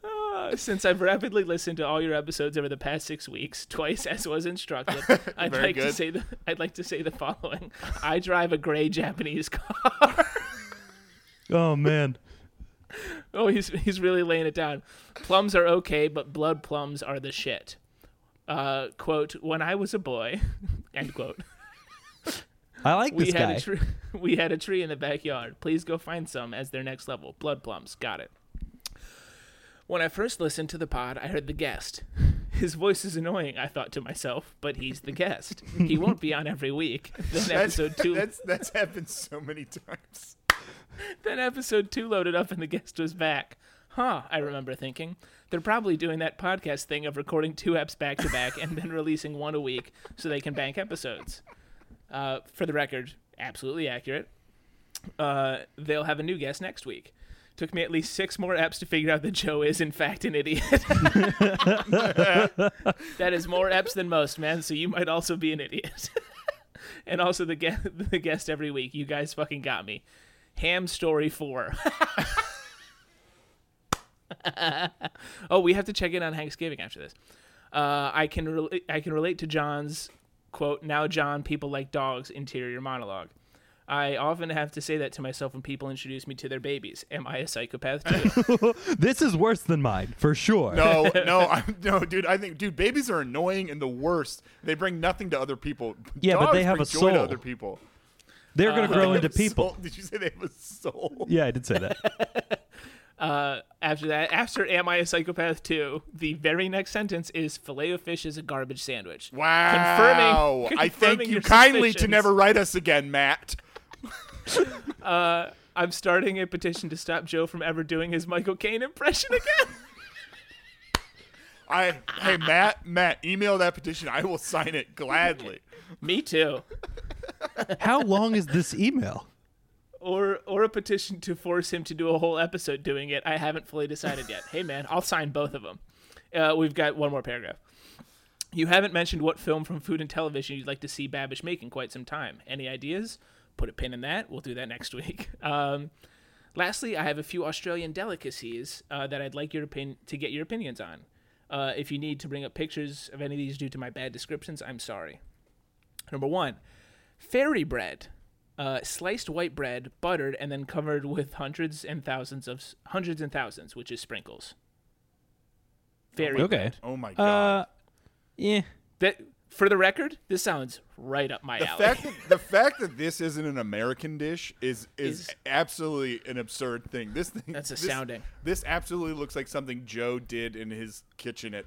Speaker 3: Uh, since I've rapidly listened to all your episodes over the past six weeks, twice as
Speaker 2: *laughs*
Speaker 3: was instructed, I'd
Speaker 2: Very
Speaker 3: like to
Speaker 2: good.
Speaker 3: say the, I'd like to say the following: I drive a gray Japanese car.
Speaker 1: Oh man.
Speaker 3: oh, he's he's really laying it down. Plums are okay, but blood plums are the shit. Uh, quote: When I was a boy, *laughs* end quote.
Speaker 1: I like
Speaker 3: We
Speaker 1: this
Speaker 3: had
Speaker 1: guy.
Speaker 3: a tree. *laughs* We had a tree in the backyard. Please go find some as their next level. Blood plums. Got it. When I first listened to the pod, I heard the guest. *laughs* His voice is annoying, I thought to myself, but he's the guest. He won't be on every week. *laughs* Then
Speaker 2: that's,
Speaker 3: episode
Speaker 2: *laughs*
Speaker 3: two
Speaker 2: that's that's happened so many times.
Speaker 3: then episode two loaded up and the guest was back. Huh, I remember thinking. They're probably doing that podcast thing of recording two apps back to back and then releasing one a week so they can bank episodes. Uh, for the record, absolutely accurate. Uh, they'll have a new guest next week. Took me at least six more apps to figure out that Joe is, in fact, an idiot. *laughs* that is more apps than most, man, so you might also be an idiot. *laughs* and also the, gue- the guest every week. You guys fucking got me. Ham Story 4. *laughs* oh, we have to check in on Thanksgiving after this. Uh, I can re- I can relate to John's quote, now John, people like dogs interior monologue. I often have to say that to myself when people introduce me to their babies. Am I a psychopath *laughs* too?
Speaker 1: This is worse than mine, for sure.
Speaker 2: No, no, I'm, no, dude. I think, dude, babies are annoying and the worst. They bring nothing to other people.
Speaker 1: Yeah, but
Speaker 2: Dogs
Speaker 1: they have
Speaker 2: bring
Speaker 1: a
Speaker 2: joy
Speaker 1: soul.
Speaker 2: to other people.
Speaker 1: They're going to grow
Speaker 2: *laughs*
Speaker 1: into
Speaker 2: They have a
Speaker 1: people.
Speaker 2: soul. Did you say they have a
Speaker 3: *laughs*
Speaker 2: soul?
Speaker 1: Yeah, I did say that.
Speaker 3: After that, after Am I a Psychopath 2, the very next sentence is Filet of Fish is a garbage sandwich.
Speaker 2: Wow.
Speaker 3: Confirming,
Speaker 2: I
Speaker 3: confirming
Speaker 2: thank you
Speaker 3: your
Speaker 2: kindly to
Speaker 3: suspicions.
Speaker 2: never write us again, Matt.
Speaker 3: I'm starting a petition to stop Joe from ever doing his Michael Caine impression again.
Speaker 2: I hey Matt, Matt, email that petition. I will sign it gladly.
Speaker 3: *laughs* Me too.
Speaker 1: How long is this email?
Speaker 3: Or or a petition to force him to do a whole episode doing it. I haven't fully decided yet. hey man, I'll sign both of them. Uh, we've got one more paragraph. You haven't mentioned what film from food and television you'd like to see Babish make in quite some time. Any ideas? Put a pin in that. We'll do that next *laughs* week. Um, Lastly, I have a few Australian delicacies uh, that I'd like your opin- to get your opinions on. Uh, if you need to bring up pictures of any of these due to my bad descriptions, I'm sorry. Number one, fairy bread, uh, sliced white bread, buttered and then covered with hundreds and thousands of s- hundreds and thousands, which is sprinkles. Fairy
Speaker 1: Okay.
Speaker 3: bread.
Speaker 2: Oh my god.
Speaker 1: Uh, yeah.
Speaker 3: That for the record, this sounds right up my
Speaker 2: the
Speaker 3: alley.
Speaker 2: fact that the fact that this isn't an American dish is is,
Speaker 3: Is-
Speaker 2: absolutely an absurd thing. This thing
Speaker 3: That's
Speaker 2: this-
Speaker 3: astounding.
Speaker 2: This, absolutely looks like something Joe did in his kitchen at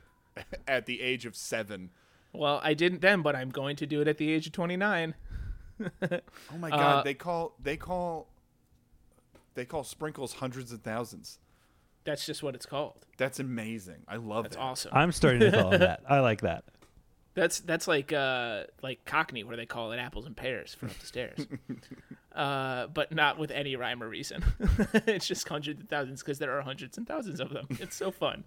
Speaker 2: at the age of seven.
Speaker 3: well, I didn't then, but I'm going to do it at the age of 29.
Speaker 2: Oh my god! they call they call they call sprinkles hundreds and thousands.
Speaker 3: That's just what it's called.
Speaker 2: That's amazing. I love
Speaker 3: It's
Speaker 2: that.
Speaker 3: awesome.
Speaker 1: I'm starting to follow that. I like that.
Speaker 3: That's that's like uh like Cockney where they call it apples and pears from up
Speaker 2: *laughs*
Speaker 3: the stairs. uh, but not with any rhyme or reason. *laughs* it's just hundreds and thousands because there are hundreds and thousands of them. It's so fun.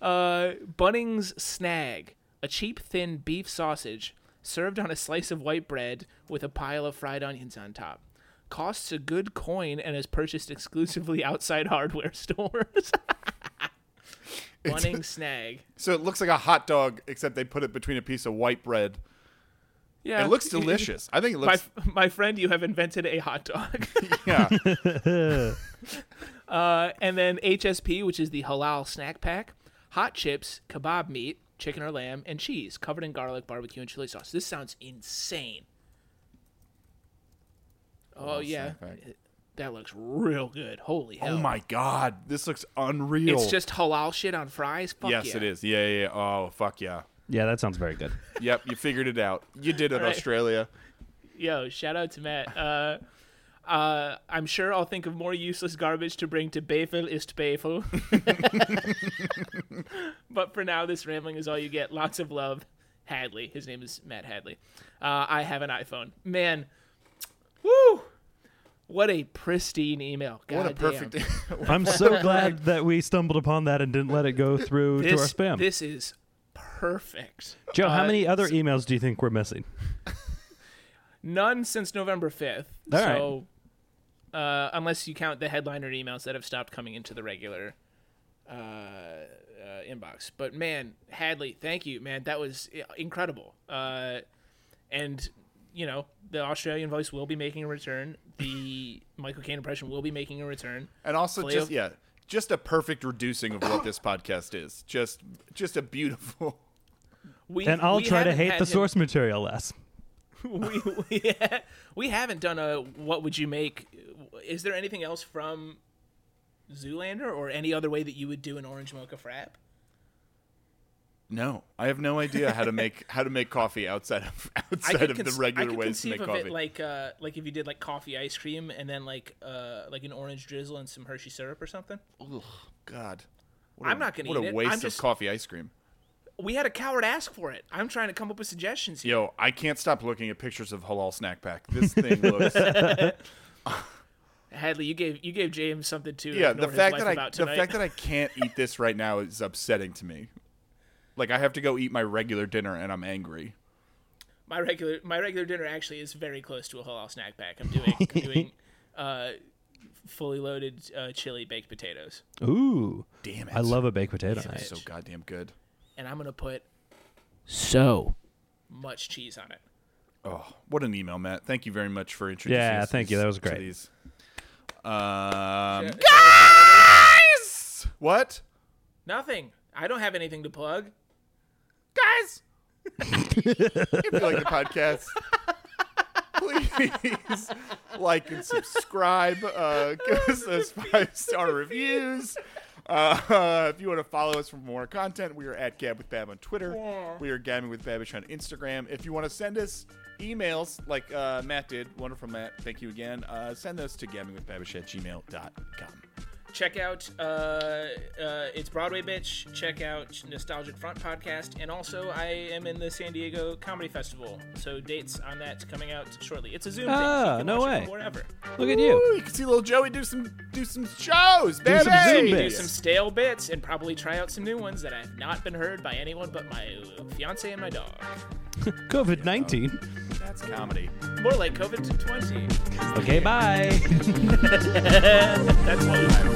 Speaker 3: Uh, Bunnings snag, a cheap thin beef sausage served on a slice of white bread with a pile of fried onions on top. Costs a good coin and is purchased exclusively *laughs* outside hardware stores. *laughs* Bunnings snag.
Speaker 2: So it looks like a hot dog, except they put it between a piece of white bread.
Speaker 3: Yeah,
Speaker 2: It
Speaker 3: *laughs*
Speaker 2: looks delicious. I think it
Speaker 3: my,
Speaker 2: looks.
Speaker 3: my friend, you have invented a hot dog. *laughs*
Speaker 2: yeah.
Speaker 3: uh, and then HSP, which is the halal snack pack, hot chips, kebab meat, chicken or lamb, and cheese covered in garlic, barbecue, and chili sauce. This sounds insane. Oh, yeah.
Speaker 2: snack pack.
Speaker 3: That looks real good. Holy
Speaker 2: Oh
Speaker 3: hell.
Speaker 2: my god, this looks unreal.
Speaker 3: It's just halal shit on fries? Fuck
Speaker 2: yes,
Speaker 3: yeah.
Speaker 2: it is. Yeah, yeah, yeah. Oh fuck yeah.
Speaker 1: Yeah, that sounds very good.
Speaker 2: Yep, you figured it out. You did it,
Speaker 3: right.
Speaker 2: Australia.
Speaker 3: Yo, shout out to Matt. Uh, uh, I'm sure I'll think of more useless garbage to bring to Bayful ist Bayful. *laughs* but for now, this rambling is all you get. Lots of love, Hadley. His name is Matt Hadley. Uh, I have an iPhone. Man, woo! What a pristine email. God
Speaker 2: what a perfect.
Speaker 1: I'm
Speaker 3: *laughs*
Speaker 1: so glad that we stumbled upon that and didn't let it go through to our
Speaker 3: This,
Speaker 1: spam.
Speaker 3: this is perfect.
Speaker 1: Joe, how
Speaker 3: uh,
Speaker 1: many other emails do you think we're missing?
Speaker 3: None since November 5th.
Speaker 1: All right.
Speaker 3: so, uh, unless you count the headliner emails that have stopped coming into the regular uh, uh, inbox. But man, Hadley, thank you, man. That was i- incredible. Uh, and, you know, the Australian voice will be making a return. The *laughs* Michael Caine impression will be making a return.
Speaker 2: *laughs* and also,
Speaker 3: Fleo.
Speaker 2: just yeah, just a perfect reducing of what this podcast is. Just, just a beautiful. *laughs*
Speaker 3: We,
Speaker 1: And I'll
Speaker 3: we
Speaker 1: try to
Speaker 3: haven't
Speaker 1: hate
Speaker 3: had
Speaker 1: the
Speaker 3: him-
Speaker 1: source material less.
Speaker 3: we, we, *laughs* we haven't done a what would you make is there anything else from zoolander or any other way that you would do an orange mocha frap
Speaker 2: No, I have no idea how to make how to make coffee outside of *laughs*
Speaker 3: I
Speaker 2: outside
Speaker 3: could
Speaker 2: of the
Speaker 3: cons- I
Speaker 2: regular
Speaker 3: could
Speaker 2: ways to
Speaker 3: conceive
Speaker 2: make
Speaker 3: of
Speaker 2: coffee.
Speaker 3: it like uh like if you did like coffee ice cream and then like uh like an orange drizzle and some hershey syrup or something
Speaker 2: Ugh, God,
Speaker 3: i i'm not gonna
Speaker 2: what
Speaker 3: eat
Speaker 2: a
Speaker 3: it.
Speaker 2: waste
Speaker 3: I'm just,
Speaker 2: of coffee ice cream.
Speaker 3: we had a coward ask for it i'm trying to come up with suggestions here.
Speaker 2: Yo, I can't stop looking at pictures of halal snack pack. This
Speaker 3: *laughs*
Speaker 2: thing looks
Speaker 3: hadley you gave you gave james something to
Speaker 2: yeah.
Speaker 3: ignore
Speaker 2: The
Speaker 3: his
Speaker 2: fact
Speaker 3: life
Speaker 2: that I
Speaker 3: about
Speaker 2: the
Speaker 3: tonight.
Speaker 2: fact that I can't eat this right now is upsetting to me. Like I have to go eat my regular dinner and I'm angry.
Speaker 3: my regular my regular dinner actually is very close to a halal snack pack. I'm doing
Speaker 1: *laughs*
Speaker 3: I'm doing uh, fully loaded uh, chili baked potatoes,
Speaker 1: Ooh.
Speaker 2: Damn it!
Speaker 1: I love a baked potato night.
Speaker 2: so goddamn good.
Speaker 3: and I'm gonna put so much cheese on it.
Speaker 2: Oh, what an email, Matt! Thank you very much for introducing.
Speaker 1: Yeah,
Speaker 2: us
Speaker 1: thank you. That was
Speaker 2: to
Speaker 1: great.
Speaker 2: these. Um, guys, what?
Speaker 3: Nothing. I don't have anything to plug.
Speaker 2: guys, if you like the podcast, please please like and subscribe. Uh, give us those five star reviews. Uh, if you want to follow us for more content, we are at Gab with Bab on Twitter. We are Gabbing with Babish on Instagram. If you want to send us emails like uh, Matt did, wonderful Matt, thank you again. Uh, send those to gabbingwithbabish at gmail.com.
Speaker 3: check out uh, uh, it's Broadway Bitch. Check out Nostalgic Front podcast, and also I am in the San Diego Comedy Festival. So dates on that coming out shortly. It's a Zoom thing. so
Speaker 1: Ah,
Speaker 3: you can
Speaker 1: no
Speaker 3: watch it
Speaker 1: way.
Speaker 3: from wherever.
Speaker 1: Look at you.
Speaker 2: Ooh, you can see little Joey do some do some shows, baby.
Speaker 1: some Zoom
Speaker 3: Do
Speaker 1: bits.
Speaker 3: some stale bits and probably try out some new ones that have not been heard by anyone but my fiance and my dog.
Speaker 1: COVID 19.
Speaker 2: That's comedy.
Speaker 3: More like COVID twenty.
Speaker 1: Okay, bye.
Speaker 3: That's what we